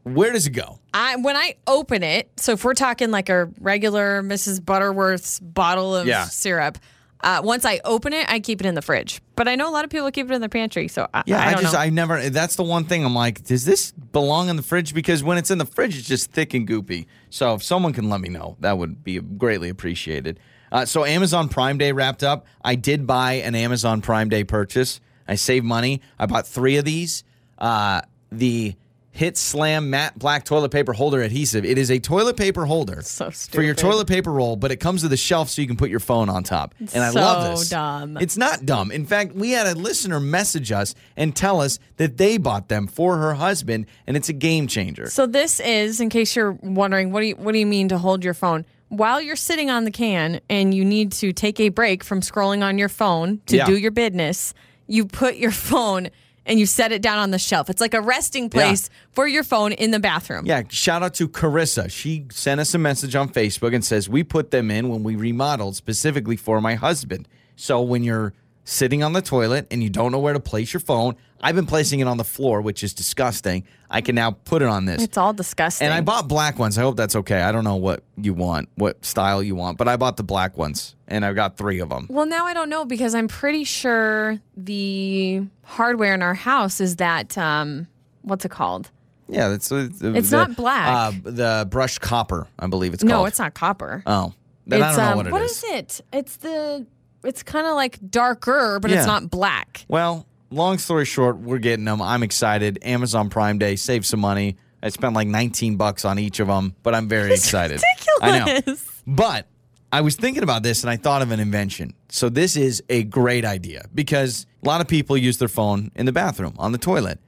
S2: Where does it go?
S3: I when I open it, so if we're talking like a regular Mrs. Butterworth's bottle of
S2: Yeah.
S3: syrup, uh, once I open it, I keep it in the fridge. But I know a lot of people keep it in the pantry, so I,
S2: Yeah, I,
S3: don't
S2: just
S3: know.
S2: I never. That's the one thing I'm like, does this belong in the fridge? Because when it's in the fridge, it's just thick and goopy. So if someone can let me know, that would be greatly appreciated. Uh, so Amazon Prime Day wrapped up. I did buy an Amazon Prime Day purchase. I saved money. I bought three of these. Uh, the Hit Slam Matte Black Toilet Paper Holder Adhesive. It is a toilet paper holder
S3: So
S2: for your
S3: stupid.
S2: toilet paper roll, but it comes with a shelf so you can put your phone on top. And I
S3: So
S2: love this.
S3: dumb.
S2: It's not dumb. In fact, we had a listener message us and tell us that they bought them for her husband, and it's a game changer.
S3: So this is, in case you're wondering, what do you, what do you mean to hold your phone? While you're sitting on the can and you need to take a break from scrolling on your phone to
S2: Yeah.
S3: do your business, you put your [laughs] phone and you set it down on the shelf. It's like a resting place for your phone in the bathroom.
S2: Yeah, shout out to Carissa. She sent us a message on Facebook and says, We put them in when we remodeled specifically for my husband. So when you're sitting on the toilet and you don't know where to place your phone, I've been placing it on the floor, which is disgusting. I can now put it on this.
S3: It's all disgusting.
S2: And I bought black ones. I hope that's okay. I don't know what you want, what style you want, but I bought the black ones and I've got three of them.
S3: well, now I don't know because I'm pretty sure the hardware in our house is that um, what's it called?
S2: Yeah, that's it's,
S3: It's not black.
S2: Uh, the brushed copper, I believe it's
S3: No,
S2: called.
S3: it's not copper.
S2: Oh, then I
S3: It's,
S2: don't know
S3: um,
S2: what it is.
S3: What is it? It's the. It's kind of like darker, but
S2: Yeah.
S3: it's not black.
S2: Well, long story short, we're getting them. I'm excited. Amazon Prime Day, save some money. I spent like 19 bucks on each of them, but I'm very excited.
S3: [laughs]
S2: I know. But I was thinking about this and I thought of an invention. So this is a great idea because a lot of people use their phone in the bathroom, on the toilet.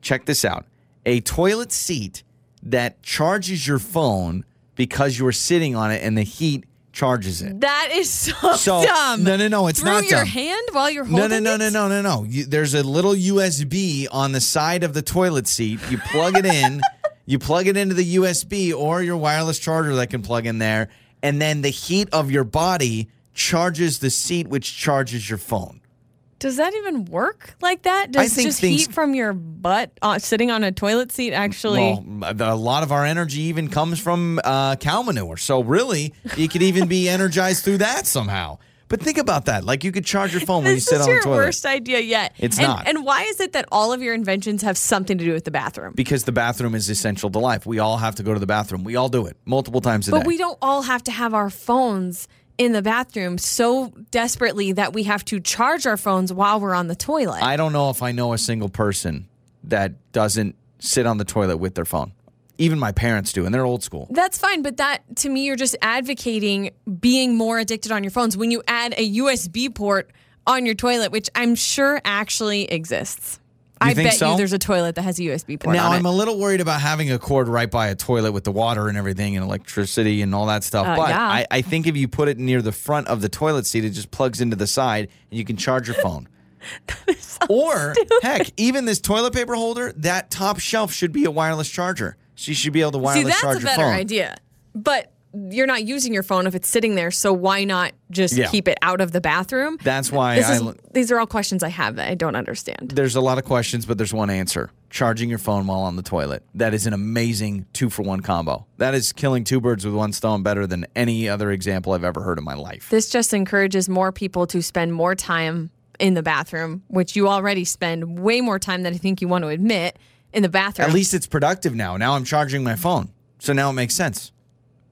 S2: Check this out. A toilet seat that charges your phone because you're sitting on it and the heat charges it.
S3: That is so,
S2: So-
S3: dumb.
S2: no, no, no, it's
S3: Through
S2: not
S3: your
S2: dumb.
S3: hand while you're
S2: No,
S3: holding
S2: no, no,
S3: it?
S2: no, no, no, no. You, there's a little USB on the side of the toilet seat. You plug it
S3: [laughs]
S2: in, you plug it into the USB or your wireless charger that can plug in there, and then the heat of your body charges the seat, which charges your phone.
S3: Does that even work like that? Does
S2: think
S3: just
S2: things-
S3: heat from your butt uh, sitting on a toilet seat actually?
S2: Well, a lot of our energy even comes from uh, cow manure. So, really, you could even be energized through that somehow. But think about that. Like, you could charge your phone when you
S3: this
S2: sit
S3: is
S2: on the
S3: your
S2: toilet.
S3: worst idea yet.
S2: It's
S3: and,
S2: not.
S3: And why is it that all of your inventions have something to do with the bathroom?
S2: Because the bathroom is essential to life. We all have to go to the bathroom. We all do it multiple times a day.
S3: But we don't all have to have our phones in the bathroom so desperately that we have to charge our phones while we're on the toilet.
S2: I don't know if I know a single person that doesn't sit on the toilet with their phone. Even my parents do, and they're old school.
S3: That's fine, but that to me, you're just advocating being more addicted on your phones when you add a USB port on your toilet, which I'm sure actually exists. I
S2: think
S3: bet
S2: so?
S3: you there's a toilet that has a USB port.
S2: Now
S3: on
S2: I'm
S3: it.
S2: a little worried about having a cord right by a toilet with the water and everything and electricity and all that stuff.
S3: Uh,
S2: but
S3: yeah.
S2: I, I think if you put it near the front of the toilet seat, it just plugs into the side and you can charge your
S3: [laughs]
S2: phone. or heck, even this toilet paper holder, that top shelf should be a wireless charger. So you should be able to wireless
S3: See, that's
S2: charge
S3: a
S2: your
S3: better
S2: phone.
S3: idea. But you're not using your phone if it's sitting there, so why not just
S2: Yeah.
S3: keep it out of the bathroom?
S2: That's why
S3: This
S2: I
S3: is-
S2: lo-
S3: these are all questions I have that I don't understand.
S2: There's a lot of questions, but there's one answer. Charging your phone while on the toilet. That is an amazing two for one combo. That is killing two birds with one stone better than any other example I've ever heard in my life.
S3: This just encourages more people to spend more time in the bathroom, which you already spend way more time than I think you want to admit in the bathroom.
S2: At least it's productive now. Now I'm charging my phone. So now it makes sense.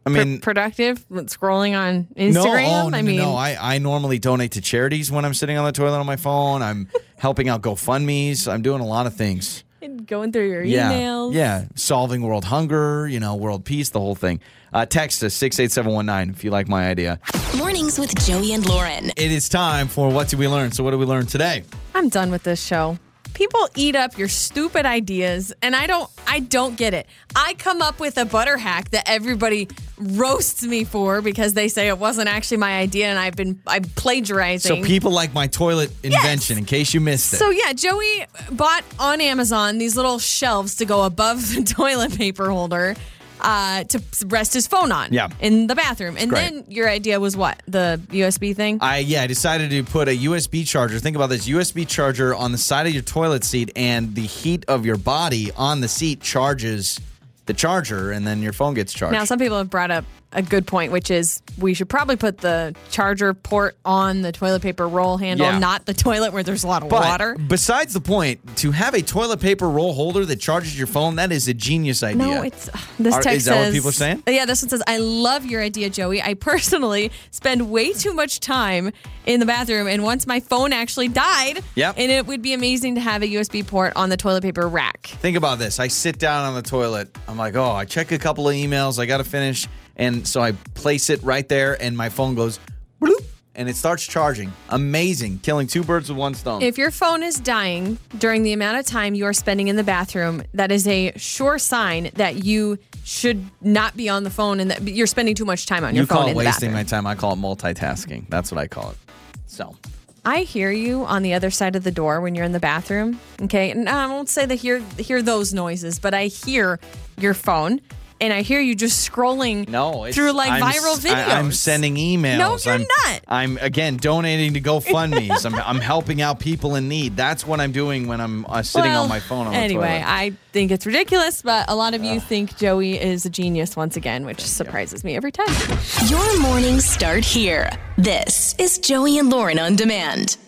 S2: I
S3: Pr-
S2: mean,
S3: productive scrolling on
S2: no,
S3: Instagram.
S2: oh, no,
S3: I mean,
S2: no, I, I normally donate to charities when I'm sitting on the toilet on my phone.
S3: [laughs]
S2: I'm helping out GoFundMe's. I'm doing a lot of things.
S3: going through your emails.
S2: Yeah, yeah. Solving world hunger, you know, world peace, the whole thing. Uh, text us 68719 if you like my idea.
S1: Mornings with Joey and Lauren.
S2: It is time for what did we learn? So what did we learn today?
S3: I'm done with this show. people eat up your stupid ideas and I don't I don't get it. I come up with a butter hack that everybody roasts me for because they say it wasn't actually my idea and I've been I'm plagiarizing.
S2: So people like my toilet invention, in case you missed it.
S3: So yeah, Joey bought on Amazon these little shelves to go above the [laughs] toilet paper holder uh, to rest his phone on.
S2: Yeah.
S3: in the bathroom. And
S2: Great.
S3: then your idea was what the USB thing.
S2: I yeah, I decided to put a USB charger. Think about this USB charger on the side of your toilet seat, and the heat of your body on the seat charges the charger, and then your phone gets charged.
S3: now some people have brought up a good point, which is we should probably put the charger port on the toilet paper roll handle,
S2: Yeah.
S3: not the toilet where there's a lot of
S2: but
S3: water.
S2: Besides the point, to have a toilet paper roll holder that charges your phone, that is a genius idea.
S3: No, it's ugh, this
S2: Are-
S3: text
S2: is that what
S3: says-
S2: people are saying?
S3: Yeah, this one says, "I love your idea, Joey. I [laughs] personally spend way too much time in the bathroom, and once my phone actually died,
S2: Yep.
S3: and it would be amazing to have a USB port on the toilet paper rack."
S2: Think about this. I sit down on the toilet. I'm like, oh, I check a couple of emails. I got to finish. And so I place it right there, and my phone goes bloop, and it starts charging. Amazing. Killing two birds with one stone.
S3: If your phone is dying during the amount of time you are spending in the bathroom, that is a sure sign that you should not be on the phone and that you're spending too much time on
S2: you
S3: your phone
S2: call
S3: in
S2: it
S3: the
S2: wasting
S3: bathroom.
S2: my time. I call it multitasking. That's what I call it. So
S3: I hear you on the other side of the door when you're in the bathroom. Okay, and I won't say that hear hear those noises, but I hear your phone, and I hear you just scrolling.
S2: no, it's,
S3: through like
S2: I'm
S3: viral
S2: s-
S3: videos.
S2: I, am sending emails.
S3: No, you're
S2: I'm,
S3: not.
S2: I'm again donating to GoFundMe's. I'm, I'm helping out people in need. That's what I'm doing when I'm uh, sitting
S3: Well,
S2: on my phone. On
S3: anyway,
S2: the toilet.
S3: I think it's ridiculous, but a lot of you think Joey is a genius once again, which surprises me every time.
S1: Your mornings start here. This is Joey and Lauren on demand.